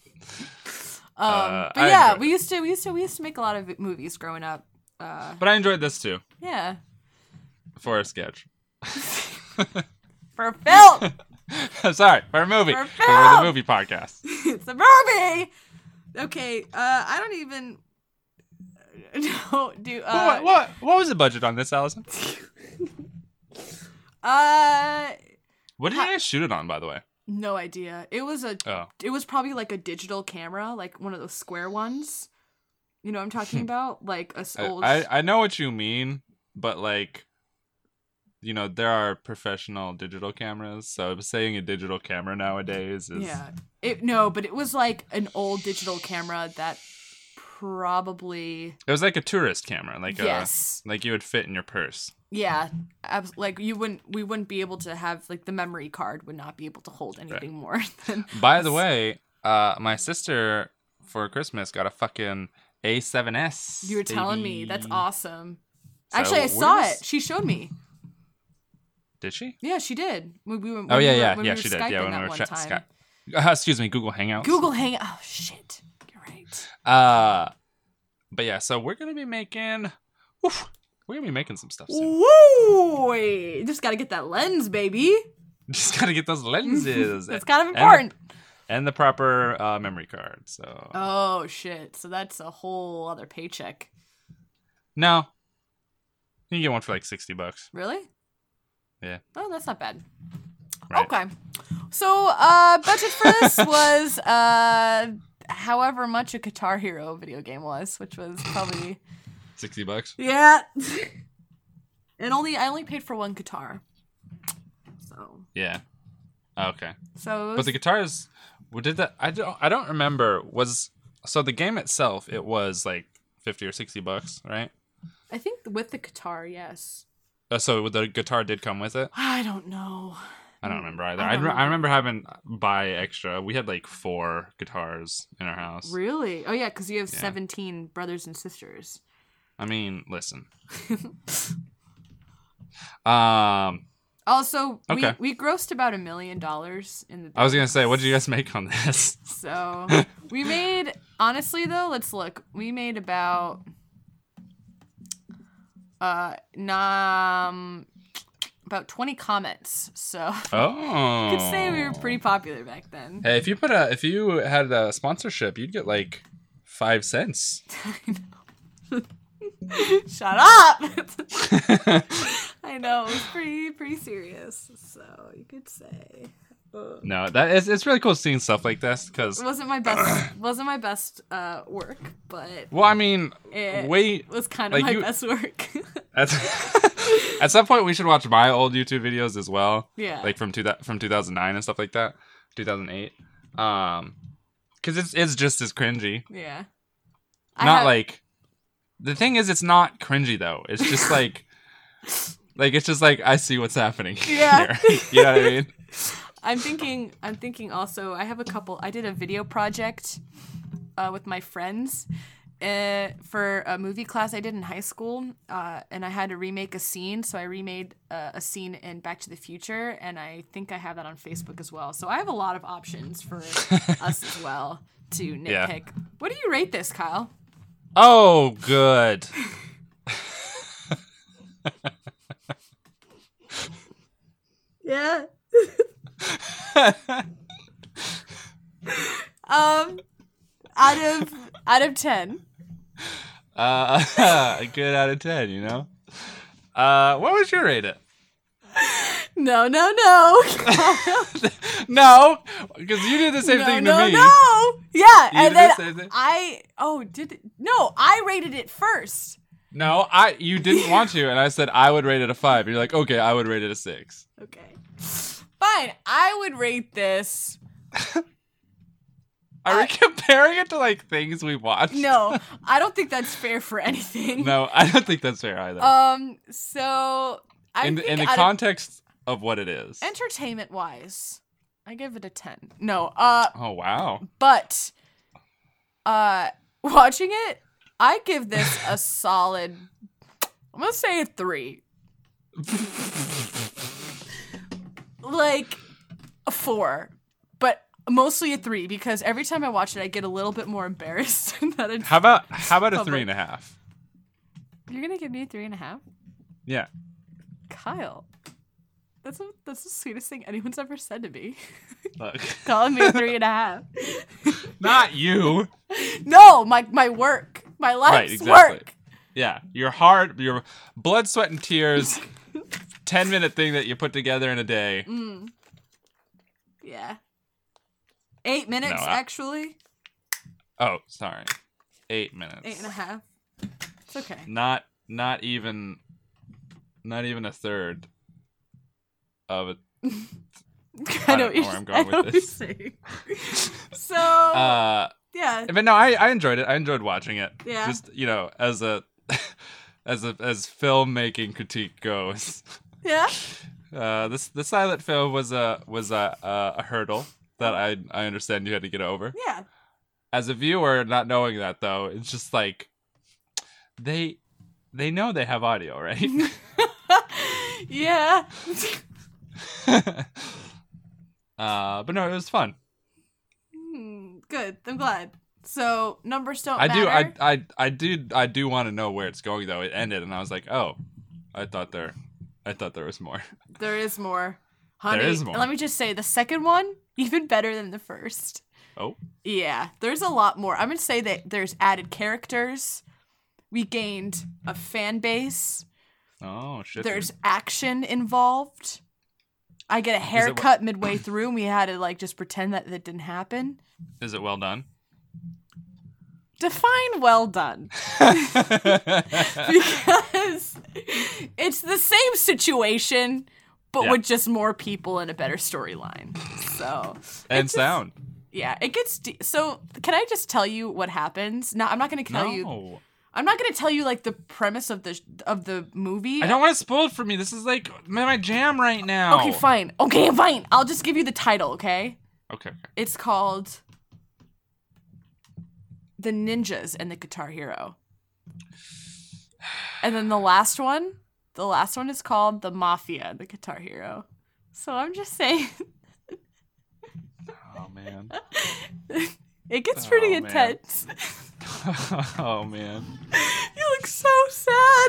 Um,
Uh,
but
I
yeah,
enjoyed
we used to we used to we used to make a lot of movies growing up. Uh,
But I enjoyed this too
yeah,
for a sketch.
for a film,
Sorry, for a movie.
For a
But we're
film!
the movie podcast.
it's a movie. Okay, uh, I don't even. No, do uh,
what, what what was the budget on this, Allison?
uh,
What did you guys shoot it on, by the way?
no idea. It was a
Oh,
it was probably like a digital camera, like one of those square ones. You know what I'm talking about? Like a s-
Hmm. I,
old.
I I know what you mean, but like, you know, there are professional digital cameras. So saying a digital camera nowadays is
yeah. It no, but it was like an old digital camera that probably
it was like a tourist camera, like uh,
yes.
a like you would fit in your purse.
Yeah, abs- like you wouldn't, we wouldn't be able to have like the memory card would not be able to hold anything more than
By the way, uh, my sister for Christmas got a fucking A7S.
you were telling me. That's
baby.
awesome.
So
Actually, I
we're
saw
just-
it. She showed me.
Did she?
Yeah, she did. When we were, when
Oh
we
yeah,
were-
yeah,
when
yeah.
we were
she did. Yeah,
Skyping
when
that
we were
one
chat-
time.
Skype. Uh, excuse me, Google Hangouts.
Google Hang. Oh shit, you're right.
Uh, but yeah, so we're gonna be making. Oof, we're gonna be making some stuff soon.
Woo! You just gotta get that lens, baby.
Just gotta get those lenses.
That's kind of
and the-
important.
And the proper uh, memory card. So
Oh shit! So that's a whole other paycheck.
no, you can get one for like sixty bucks.
Really?
Yeah.
Oh, that's not bad.
Right.
Okay. So, uh, budget for this was uh, however much a Guitar Hero video game was, which was probably
Sixty bucks.
yeah. and only I only paid for one guitar. So,
Yeah. Okay.
so it
But
was,
the guitars, well, did that? I don't. I don't remember. Was so the game itself? It was like fifty or sixty bucks, right?
I think with the guitar, yes.
Uh, so the guitar did come with it.
I don't know.
I don't remember either.
I
I,
don't
re- I remember
remember.
having uh, buy extra. We had like four guitars in our house.
Really? Oh yeah, because you have
Yeah.
seventeen brothers and sisters.
I mean, listen. um,
Also,
Okay. Oh.
we, we grossed about a million dollars in the.
I was gonna say, what did you guys make on this?
So we made honestly though, let's look. We made about uh um about 20 comments. So
Oh,
I could say we were pretty popular back then.
Hey, if you put a, if you had a sponsorship, you'd get like five cents.
Shut up. I know, it was pretty pretty serious. So you could say
no, that is it's really cool seeing stuff like this because.
it wasn't my best wasn't my best uh work, but
Well, I mean,
it
wait.
was kind of
like
my
you-
best work.
At, at some point, we should watch my old YouTube videos as well.
Yeah.
Like from two from two thousand nine and stuff like that, two thousand eight. Um, because it's it's just as cringy.
yeah.
not
have-
like the thing is, it's not cringy though. It's just like. Like it's just like I see what's happening.
Yeah.
here. you know what I mean.
I'm thinking. I'm thinking. Also, I have a couple. I did a video project uh, with my friends uh, for a movie class I did in high school, uh, and I had to remake a scene. So I remade uh, a scene in Back to the Future, and I think I have that on Facebook as well. So I have a lot of options for us as well to nitpick.
Yeah.
What do you rate this, Kyle?
Oh, good.
Yeah. um, out of out of ten.
Uh, a good out of ten. You know. Uh, what would you rate it?
No, no, no.
no, because you did the same
no,
thing to
no,
me.
no. Yeah,
You did the
and then
same thing.
I oh did it, no, I rated it first.
No, I you didn't want to, and I said I would rate it a five. You're like, okay, I would rate it a six.
Okay. Fine, I would rate this.
Are we comparing it to like things we watched?
No, I don't think that's fair for anything.
no, I don't think that's fair either.
Um, so I
in, the-
think
in the
out of-
context of what it is.
entertainment wise, I give it a ten. No, uh,
oh wow,
but uh, watching it, I give this a solid. I'm gonna say a three. like a four, but mostly a three because every time I watch it, I get a little bit more embarrassed that it's.
how about how about a
Public.
three and a half?
You're gonna give me a three and a half,
Yeah,
Kyle. That's a, that's the sweetest thing anyone's ever said to me.
look,
Calling me a three and a half.
not you.
No, my my work, my life's
exactly.
work.
Yeah, your heart, your blood, sweat, and tears. Ten minute thing that you put together in a day.
Mm. Yeah. Eight minutes,
I-
actually.
Oh, sorry, eight minutes.
Eight and a half. It's okay.
Not not even, not even a third of it.
I,
I
know
don't know
what you're,
where I'm
I'm
going
going I know
with
what you're saying. so,
Uh,
yeah.
but no, I, I enjoyed it. I enjoyed watching it.
Yeah.
Just you know, as a as a as filmmaking critique goes,
Yeah.
uh, this the silent film was a was a a, a hurdle that I I understand you had to get over.
Yeah.
As a viewer, not knowing that though, it's just like they they know they have audio, right?
yeah.
uh, but no, it was fun.
Hmm, Good. I'm glad. So, numbers don't
I do
matter.
I I I do I do want to know where it's going though. It ended, and I was like, oh, I thought there, I thought there was more.
There is more. Honey,
is more.
let me just say the second one, even better than the first.
Oh,
Yeah, there's a lot more. I'm gonna say that there's added characters. We gained a fan base.
oh shit.
There's action involved. I get a haircut midway through, and we had to like just pretend that that didn't happen.
Is it well done?
Define well done because it's the same situation, but
Yeah.
with just more people and a better storyline. So
and
it's just-
sound.
yeah, it gets de- so. Can I just tell you what happens? No, I'm not gonna tell
No,
you. I'm not gonna tell you like the premise of the of the movie.
I don't want to spoil it for me. This is like my, my jam right now.
Okay, fine. Okay, fine. I'll just give you the title. Okay,
Okay, okay.
it's called "The Ninjas and the Guitar Hero," and then the last one, the last one is called "The Mafia and the Guitar Hero." So I'm just saying,
Oh man.
it gets pretty
Oh, man.
intense.
oh man.
You look so sad.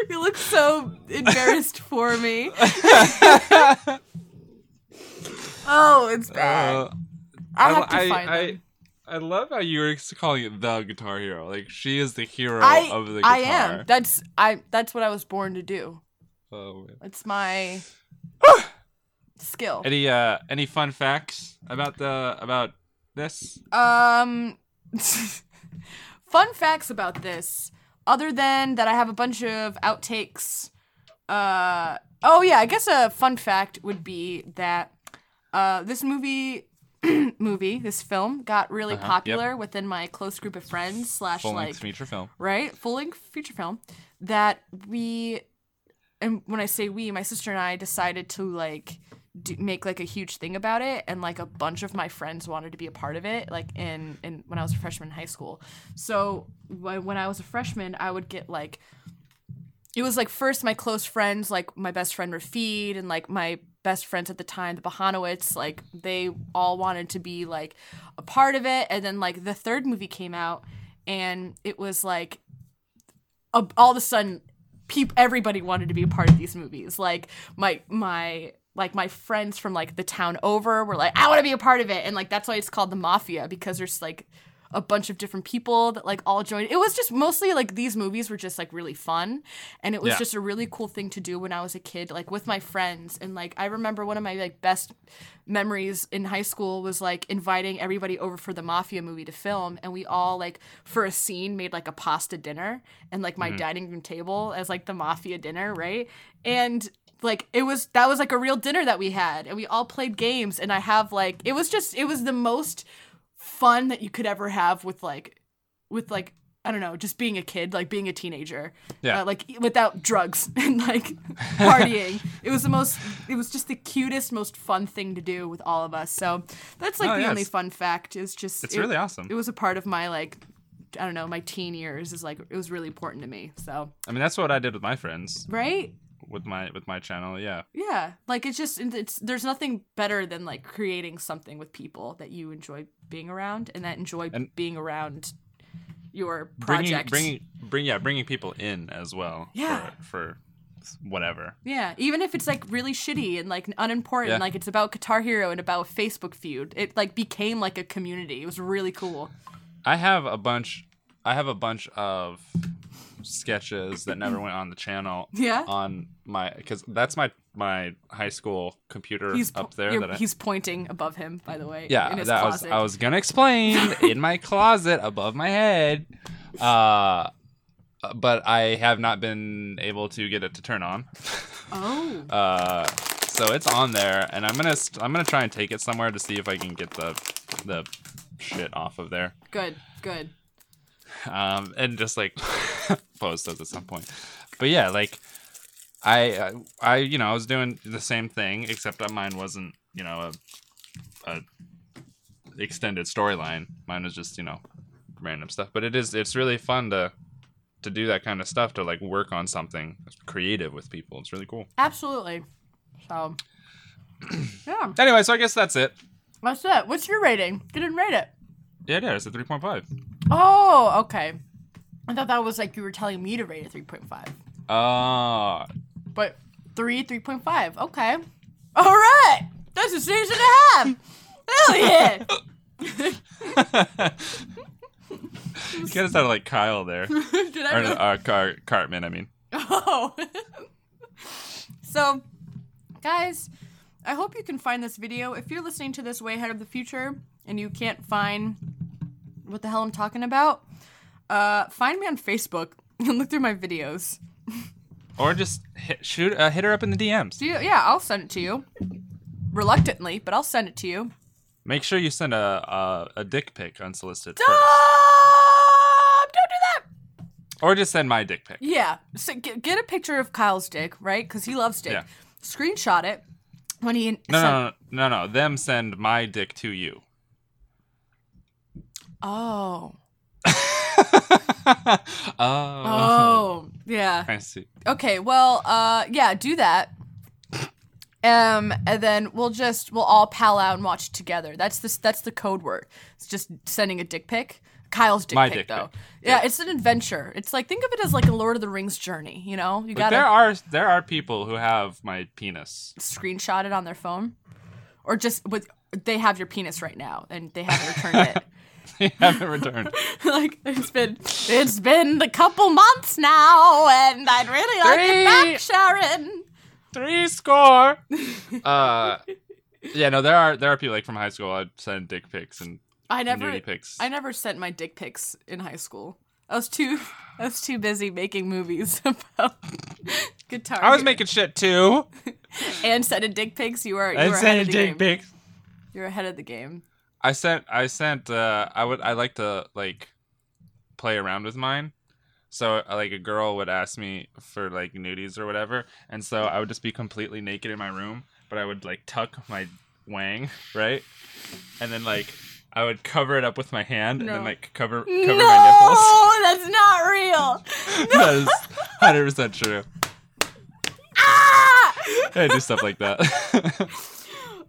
you look so embarrassed for me. oh, it's bad.
Uh,
I'll have to
I,
find
I,
them.
I love how you were calling it the guitar hero. Like she is the hero
I,
of the guitar.
I am. That's I. That's what I was born to do.
Oh, man.
It's my skill.
Any uh any fun facts about the about this?
Um, fun facts about this, other than that, I have a bunch of outtakes. Uh, oh yeah, I guess a fun fact would be that uh, this movie, movie, this film got really
Uh-huh, yep.
popular within my close group of friends slash
Full
like
length feature film.
right full length feature film that we and when i say we my sister and i decided to like do, make like a huge thing about it and like a bunch of my friends wanted to be a part of it like in in when i was a freshman in high school so wh- when i was a freshman i would get like it was like first my close friends, like my best friend Rafid and like my best friends at the time, the Bahanowitz, like they all wanted to be like a part of it. And then like the third movie came out and it was like a, all of a sudden peop- everybody wanted to be a part of these movies. Like my my like my friends from like the town over were like, I want to be a part of it. And like that's why it's called the mafia because there's like a bunch of different people that like all joined. It was just mostly like these movies were just like really fun, and it was
Yeah.
just a really cool thing to do when I was a kid, like with my friends. And like I remember one of my like best memories in high school was like inviting everybody over for the mafia movie to film, and we all like for a scene made like a pasta dinner and like
Mm-hmm.
my dining room table as like the mafia dinner, right? And like it was that was like a real dinner that we had and we all played games and i have like it was just it was the most fun that you could ever have with like with like i don't know just being a kid like being a teenager
Yeah.
Uh, like without drugs and like partying it was the most it was just the cutest most fun thing to do with all of us so that's like
Oh,
the
yeah,
only
it's-
fun fact is just
It's
it-
really awesome.
it was a part of my like i don't know my teen years is like it was really important to me so
I mean, that's what I did with my friends,
right
with my with my channel. Yeah,
yeah like it's just it's there's nothing better than like creating something with people that you enjoy being around and that enjoy
And-
being around your
bringing
project
bringing bring yeah bringing people in as well.
Yeah.
For, for whatever.
yeah even if it's like really shitty and like unimportant
Yeah.
like it's about guitar hero and about a facebook feud it like became like a community it was really cool
I have a bunch. I have a bunch of sketches that never went on the channel.
Yeah?
On my because that's my my high school computer
he's po-
up there.
you're-
That I,
he's pointing above him by the way
yeah,
in his
that was
closet
I was gonna explain in my closet above my head. Uh, but I have not been able to get it to turn on.
oh
Uh, so it's on there, and I'm gonna st- I'm gonna try and take it somewhere to see if I can get the the shit off of there
good good
um, and just like post those at some point. But yeah, like I, I, I, you know, I was doing the same thing, except that mine wasn't, you know, a, a extended storyline. Mine was just, you know, random stuff. But it is, it's really fun to to do that kind of stuff to like work on something creative with people. It's really cool.
absolutely so yeah
Anyway, so I guess that's it.
that's it what's your rating you didn't rate it
Yeah, yeah, it's a three point five.
Oh, okay. I thought that was like you were telling me to rate it 3.5.
Uh
But 3, 3.5. Okay. All right. That's a season and a half. Hell yeah.
you kind of sounded like Kyle there, or
Did I
no,
really?
uh, Car- Cartman. I mean,
Oh. so, guys, I hope you can find this video. If you're listening to this way ahead of the future and you can't find what the hell I'm talking about, uh, find me on Facebook and look through my videos.
or just hit, shoot uh, hit her up in the DMs.
Do you, yeah, I'll send it to you. Reluctantly, but I'll send it to you.
Make sure you send a a, a dick pic unsolicited, first.
Stop! Don't do that.
or just send my dick pic.
Yeah. So get, get a picture of Kyle's dick, right? Because he loves dick.
Yeah.
Screenshot it when he.
No, no, no, no, no. Them send my dick to you.
Oh.
oh,
Oh. Yeah.
I see.
Okay. Well. Uh. Yeah. Do that. Um. And then we'll just we'll all pal out and watch it together. That's this. That's the code word. It's just sending a dick pic. Kyle's dick
My
pic
dick
though.
pic.
Yeah, It's an adventure. It's like think of it as like a Lord of the Rings journey. You know. You
But
gotta.
there are there are people who have my penis.
screenshot it on their phone or just with they have your penis right now and they haven't returned it
they haven't returned.
like it's been it's been a couple months now and i'd really like it back sharon
Three score. Uh, yeah, no, there are there are people like from high school. I'd send dick pics and
i never
nudie pics.
i never sent my dick pics in high school i was too i was too busy making movies about guitar
I was
Hero.
making shit too.
and sending dick pics you were you
And
were ahead
sending
of the
dick
game
pics.
you're ahead of the game
I sent I sent uh I would I like to like play around with mine. So uh, like a girl would ask me for like nudies or whatever, and so I would just be completely naked in my room, but I would like tuck my wang, right? And then like I would cover it up with my hand and
No.
then like cover cover my
no that's not real
nipples. that is hundred percent true.
ah!
I do stuff like that.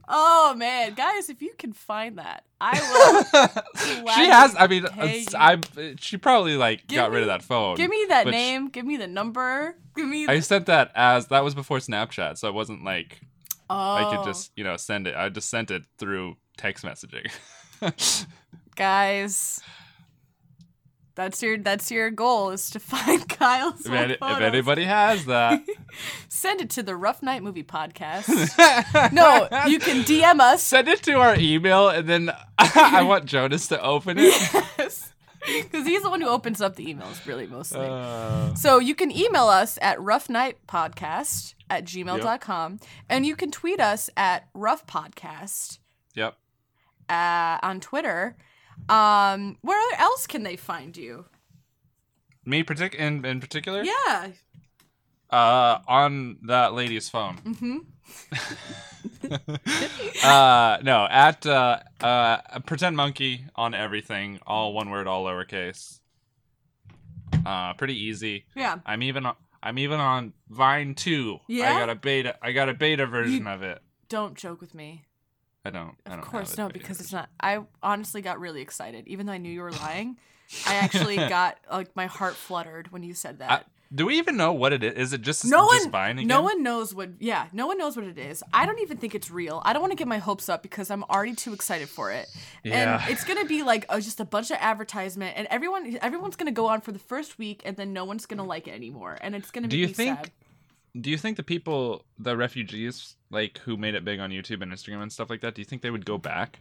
Oh man, guys, if you can find that, I will.
she has I mean
Hey, you-
I she probably like
Give
got rid
me-
of that phone.
Give me that
but she-
name. Give me the number. Give me.
I
The,
sent that as that was before Snapchat, so it wasn't like
oh,
I could just you know send it. I just sent it through text messaging.
guys. That's your that's your goal is to find Kyle's
If,
old
any, if
photos.
anybody has that,
Send it to the Rough Night Movie Podcast. no, you can DM us.
send it to our email, and then I want Jonas to open it.
Yes. Because he's the one who opens up the emails, really, mostly.
Uh,
So you can email us at roughnightpodcast at gmail.com and you can tweet us at roughpodcast
yep.
uh, on Twitter. Um, where else can they find you?
Me partic- in, in particular?
Yeah.
Uh, on that lady's phone.
hmm
uh, no, at uh, uh, pretend monkey on everything, all one word, all lowercase. Uh, pretty easy.
Yeah.
I'm even on, I'm even on Vine too.
Yeah?
I got a beta. I got a beta version of it.
Don't joke with me.
I don't. I
Of
don't
course,
have a
no,
beta
because
version.
it's not. I honestly got really excited, even though I knew you were lying. I actually got like my heart fluttered when you said that.
Do we even know what it is? Is it just
no
just
one,
Vine again?
no one knows what. Yeah, no one knows what it is. I don't even think it's real. I don't want to get my hopes up because I'm already too excited for it.
Yeah.
And it's gonna be like oh, just a bunch of advertisement, and everyone, everyone's gonna go on for the first week, and then no one's gonna like it anymore, and it's gonna
Mm. Do
make
you
me
think-
sad.
Do you think the people, the refugees, like who made it big on YouTube and Instagram and stuff like that, do you think they would go back,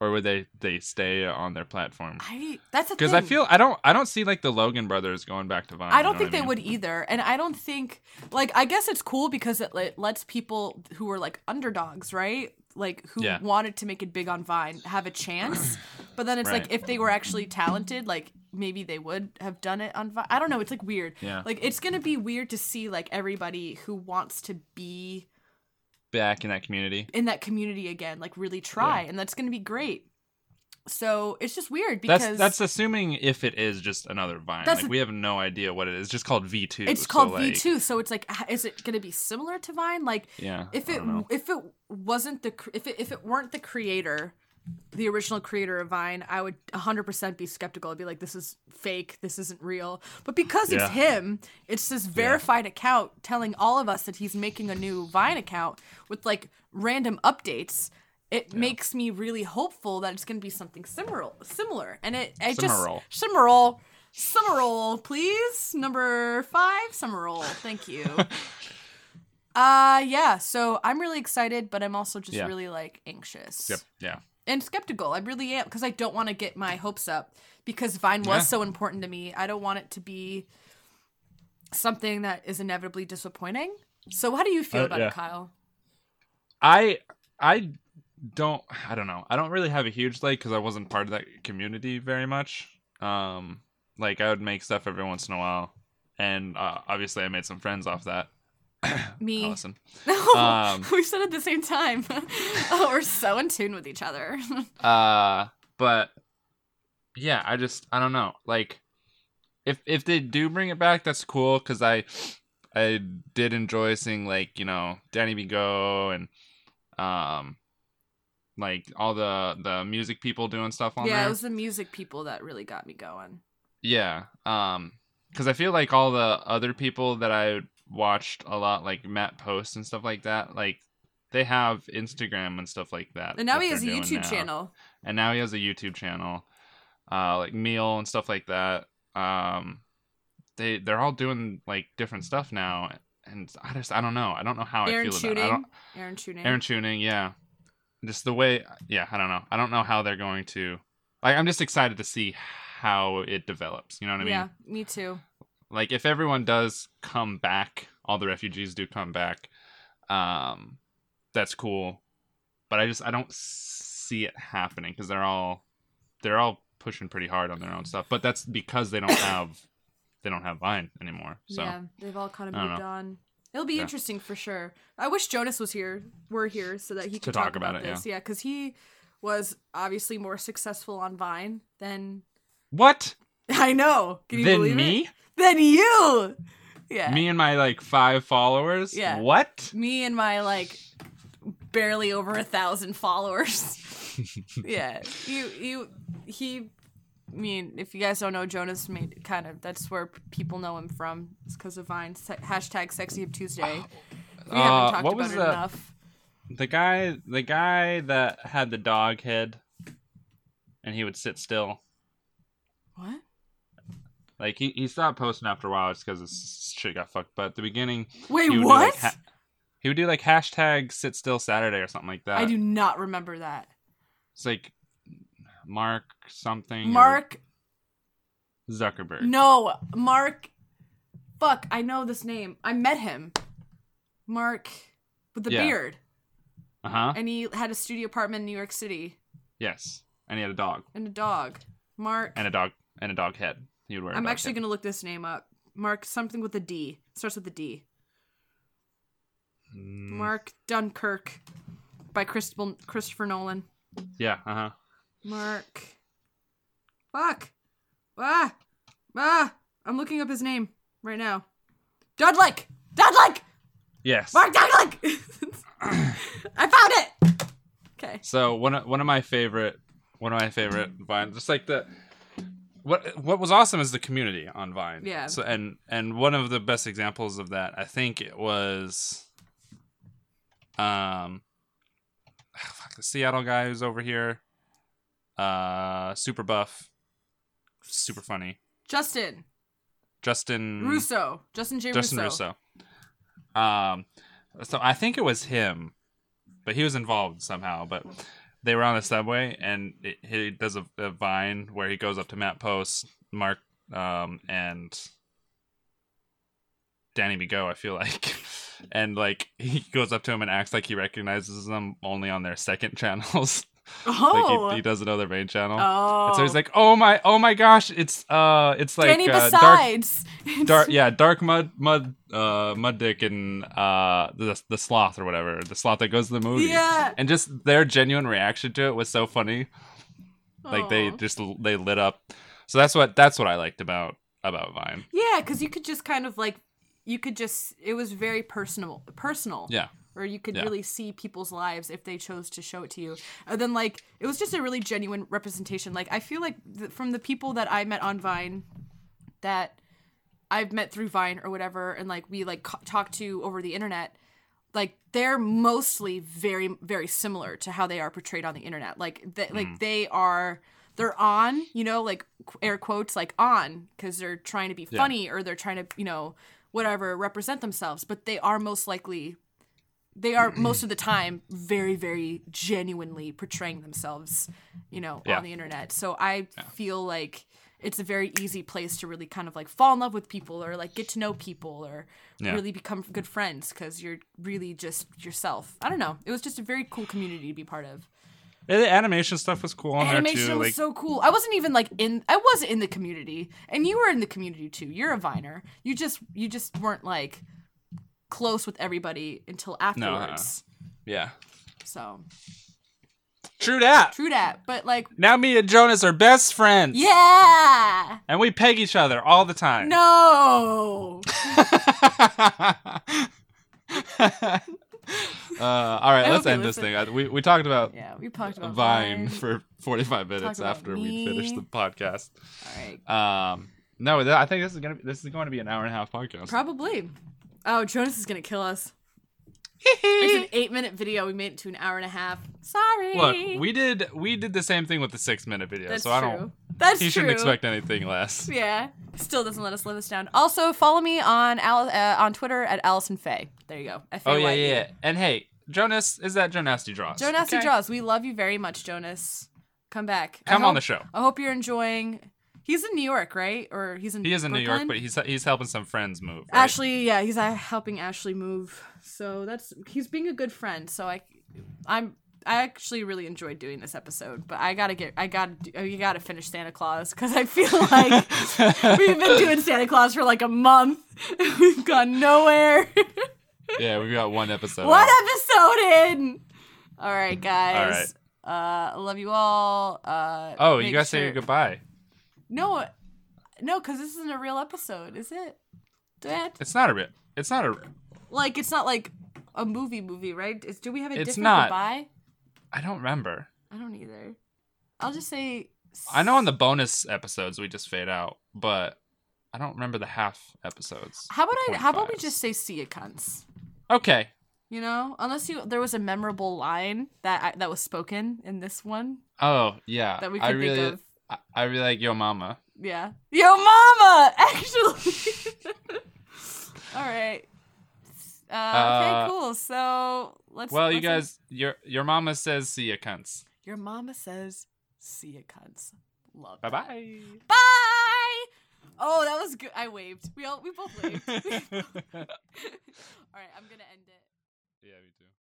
or would they they stay on their platform?
I that's a
Because I feel I don't I don't see like the Logan brothers going back to Vine.
I
you
don't
know
think
what
they would either. And I don't think, like, I guess it's cool because it, it lets people who are like underdogs, right? Like, who
Yeah.
wanted to make it big on Vine have a chance. But then it's like,
Right.
if they were actually talented, like, maybe they would have done it on Vine. I don't know. It's like weird.
Yeah.
Like, it's going to be weird to see, like, everybody who wants to be
back in that community.
in that community again, like, really try. And that's going to be great. So it's just weird because.
That's that's assuming if it is just another Vine.
That's
Like
the-
we have no idea what it is. It's just called V two.
it's called V2, so it's like, h- is it going to be similar to Vine? Like,
Yeah.
if
I
it
don't know.
if it wasn't the cr- if it if it weren't the creator the original creator of vine i would 100% be skeptical i'd be like this is fake this isn't real but because it's
Yeah.
him it's this verified account telling all of us that he's making a new vine account with like random updates it makes me really hopeful that it's going to be something similar similar and it i
Similar.
just similar summerall please number five summerall thank you Uh yeah, so I'm really excited, but I'm also just
Yeah.
really like anxious
Yep. Yeah.
and skeptical. I really am because I don't want to get my hopes up because Vine was
Yeah.
so important to me. I don't want it to be something that is inevitably disappointing. So how do you feel
Uh,
about
yeah.
it, Kyle?
I I don't I don't know. I don't really have a huge like because I wasn't part of that community very much. Um, like I would make stuff every once in a while, and uh, obviously I made some friends off that.
Me.
Allison.
No,
Um,
we said at the same time. oh, we're so in tune with each other.
Uh, but yeah, I just I don't know. Like, if if they do bring it back, that's cool because I I did enjoy seeing like you know Danny B Go and um like all the the music people doing stuff on
yeah,
there.
it was the music people that really got me going.
Yeah. Um, because I feel like all the other people that I watched a lot, like Matt Post and stuff like that, like they have Instagram and stuff like that.
And now
that
he has a
they're doing
YouTube
now.
channel.
And now he has a YouTube channel, uh, like Meal and stuff like that. Um, they they're all doing like different stuff now, and I just I don't know. I don't know how I
Aaron
feel about it. I don't,
shooting. Aaron shooting.
Aaron tuning, yeah. Just the way, yeah. I don't know. I don't know how they're going to. Like, I'm just excited to see how it develops. You know what I mean?
Yeah, me too.
Like, if everyone does come back, all the refugees do come back. Um, that's cool. But I just I don't see it happening because they're all they're all pushing pretty hard on their own stuff. But that's because they don't have they don't have Vine anymore. So
Yeah, they've all kind of
I don't
moved
know.
on. It'll be
Yeah.
interesting for sure. I wish Jonas was here, were here, so that he could
To
talk,
talk about
about,
it,
this. Yeah, because he was obviously more successful on Vine than
what?
I know. Can you
Then
believe
me?
It? Than you. Yeah.
Me and my like five followers?
Yeah.
What?
Me and my like barely over a thousand followers. yeah, you you he. I mean, if you guys don't know, Jonas made kind of that's where p- people know him from. It's because of Vine. Se- hashtag Sexy Hip Tuesday. We
Uh,
haven't talked
what
about
was
it
the-
enough.
The guy, the guy that had the dog head, and he would sit still.
What?
Like he, he stopped posting after a while just because his shit got fucked. But at the beginning,
Wait,
he would
what?
Do like ha- he would do like hashtag sit still Saturday or something like that.
I do not remember that.
It's like Mark something. or
Mark, Mm-hmm.
Zuckerberg.
no, Mark. Fuck, I know this name. I met him. Mark with the
Yeah.
beard,
Uh huh.
and he had a studio apartment in New York City
Yes. And he had a dog
and a dog. Mark.
and a dog and a dog head. He would wear. a
I'm
dog
actually
head.
gonna look this name up. Mark something with a D. Starts with a D.
Mm,
Mark Dunkirk by Christopher Christopher Nolan.
Yeah. Uh huh.
Mark. Fuck. Ah. Ah. I'm looking up his name right now. Dudlike. Dudlike.
Yes.
Mark Dudlike. I found it. Okay.
So one of, one of my favorite one of my favorite Vine, just like the what what was awesome is the community on Vine.
Yeah.
So and and one of the best examples of that, I think it was, um, ah, fuck, the Seattle guy who's over here, uh, super buff, super funny,
Justin
Justin
Russo. Justin J.
Hmm. Justin
Russo.
Russo. Um, so I think it was him, but he was involved somehow. But they were on the subway, and it, he does a, a vine where he goes up to Matt Post, Mark, um, and Danny Bigot. I feel like, and like he goes up to him and acts like he recognizes them only on their second channels.
Oh.
like he, he doesn't know their main channel.
oh.
And so he's like, "Oh my, oh my gosh! It's uh, it's like
Danny
uh, dark,
besides.
dark yeah dark mud mud uh mud dick and uh the, the sloth or whatever the sloth that goes to the movie
Yeah.
and just their genuine reaction to it was so funny like they
Aw.
just l- they lit up so that's what that's what i liked about about vine
Yeah, because you could just kind of like you could just it was very personal personal.
yeah
Or you could
Yeah.
really see people's lives if they chose to show it to you. And then like it was just a really genuine representation. Like I feel like th- from the people that I met on Vine that I've met through Vine or whatever and like we like co- talk to over the internet like they're mostly very very similar to how they are portrayed on the internet like they, like they are they're on you know like qu- air quotes like on because they're trying to be funny or they're trying to you know whatever represent themselves but they are most likely they are most of the time very very genuinely portraying themselves you know
Yeah.
on the internet so i feel like it's a very easy place to really kind of like fall in love with people or like get to know people or
Yeah.
really become good friends because you're really just yourself i don't know it was just a very cool community to be part of
and the animation stuff was cool on there
animation
too
was
like
so cool i wasn't even like in i was in the community and you were in the community too you're a viner you just you just weren't like close with everybody until afterwards
yeah
so
true that
true that but like
now me and jonas are best friends
yeah
and we peg each other all the time
no
uh, all right
I
let's
hope you
end this
listen.
thing I- we, we talked about
yeah we talked about
Vine for 45 minutes
about
after we finished
me.
the podcast.
all right
Um, no, th- I think this is gonna be, this is going to be an hour and a half podcast.
Probably. Oh, Jonas is gonna kill us. it's an eight-minute video. We made it to an hour and a half. Sorry.
Look, we did we did the same thing with the six minute video,
That's
so
true.
I don't.
That's
He
true.
shouldn't expect anything less.
Yeah. Still doesn't let us live us down. Also, follow me on Al- uh, on Twitter at Allison Faye. There you go. F A
Oh
Y E.
yeah, yeah. yeah. And hey, Jonas is that Jonasty draws?
Joe Nasty
Okay.
Draws. We love you very much, Jonas. Come back. I
Come on
hope-
the show.
I hope you're enjoying. He's in New York, right? Or he's in.
He is in New York,
Brooklyn?
but he's he's helping some friends move. right?
Ashley, yeah, he's uh, helping Ashley move. So that's he's being a good friend. So I, I'm I actually really enjoyed doing this episode, but I gotta get I gotta do, oh, you gotta finish Santa Claus because I feel like we've been doing Santa Claus for like a month. and We've gone nowhere.
yeah, we got one episode.
One
out.
episode in. All right, guys.
right.
Uh, I love you all. Uh,
Oh, you
make
guys say
sure-
your goodbye.
No, no, because this isn't a real episode, is it, Dad?
It's not a rip. It's not a.
like it's not like a movie movie, right? Is, do we have a
It's
different
not.
goodbye?
I don't remember.
I don't either. I'll just say
I know on the bonus episodes we just fade out, but I don't remember the half episodes.
How about I?
the
How about we
0.5s.
just say see you cunts?
Okay.
You know, unless you there was a memorable line that I, that was spoken in this one
Oh yeah.
that we could
I really,
think of.
I, I really like Yo Mama.
Yeah. Yo, mama! Actually. All right. Uh,
Uh,
okay, cool. So let's.
Well, you guys,
let's-
your your mama says see ya, cunts.
Your mama says, see ya, cunts. Love.
Bye
that.
bye.
Bye! Oh, that was good. I waved. We all we both waved. All right, I'm gonna end it.
yeah, me too.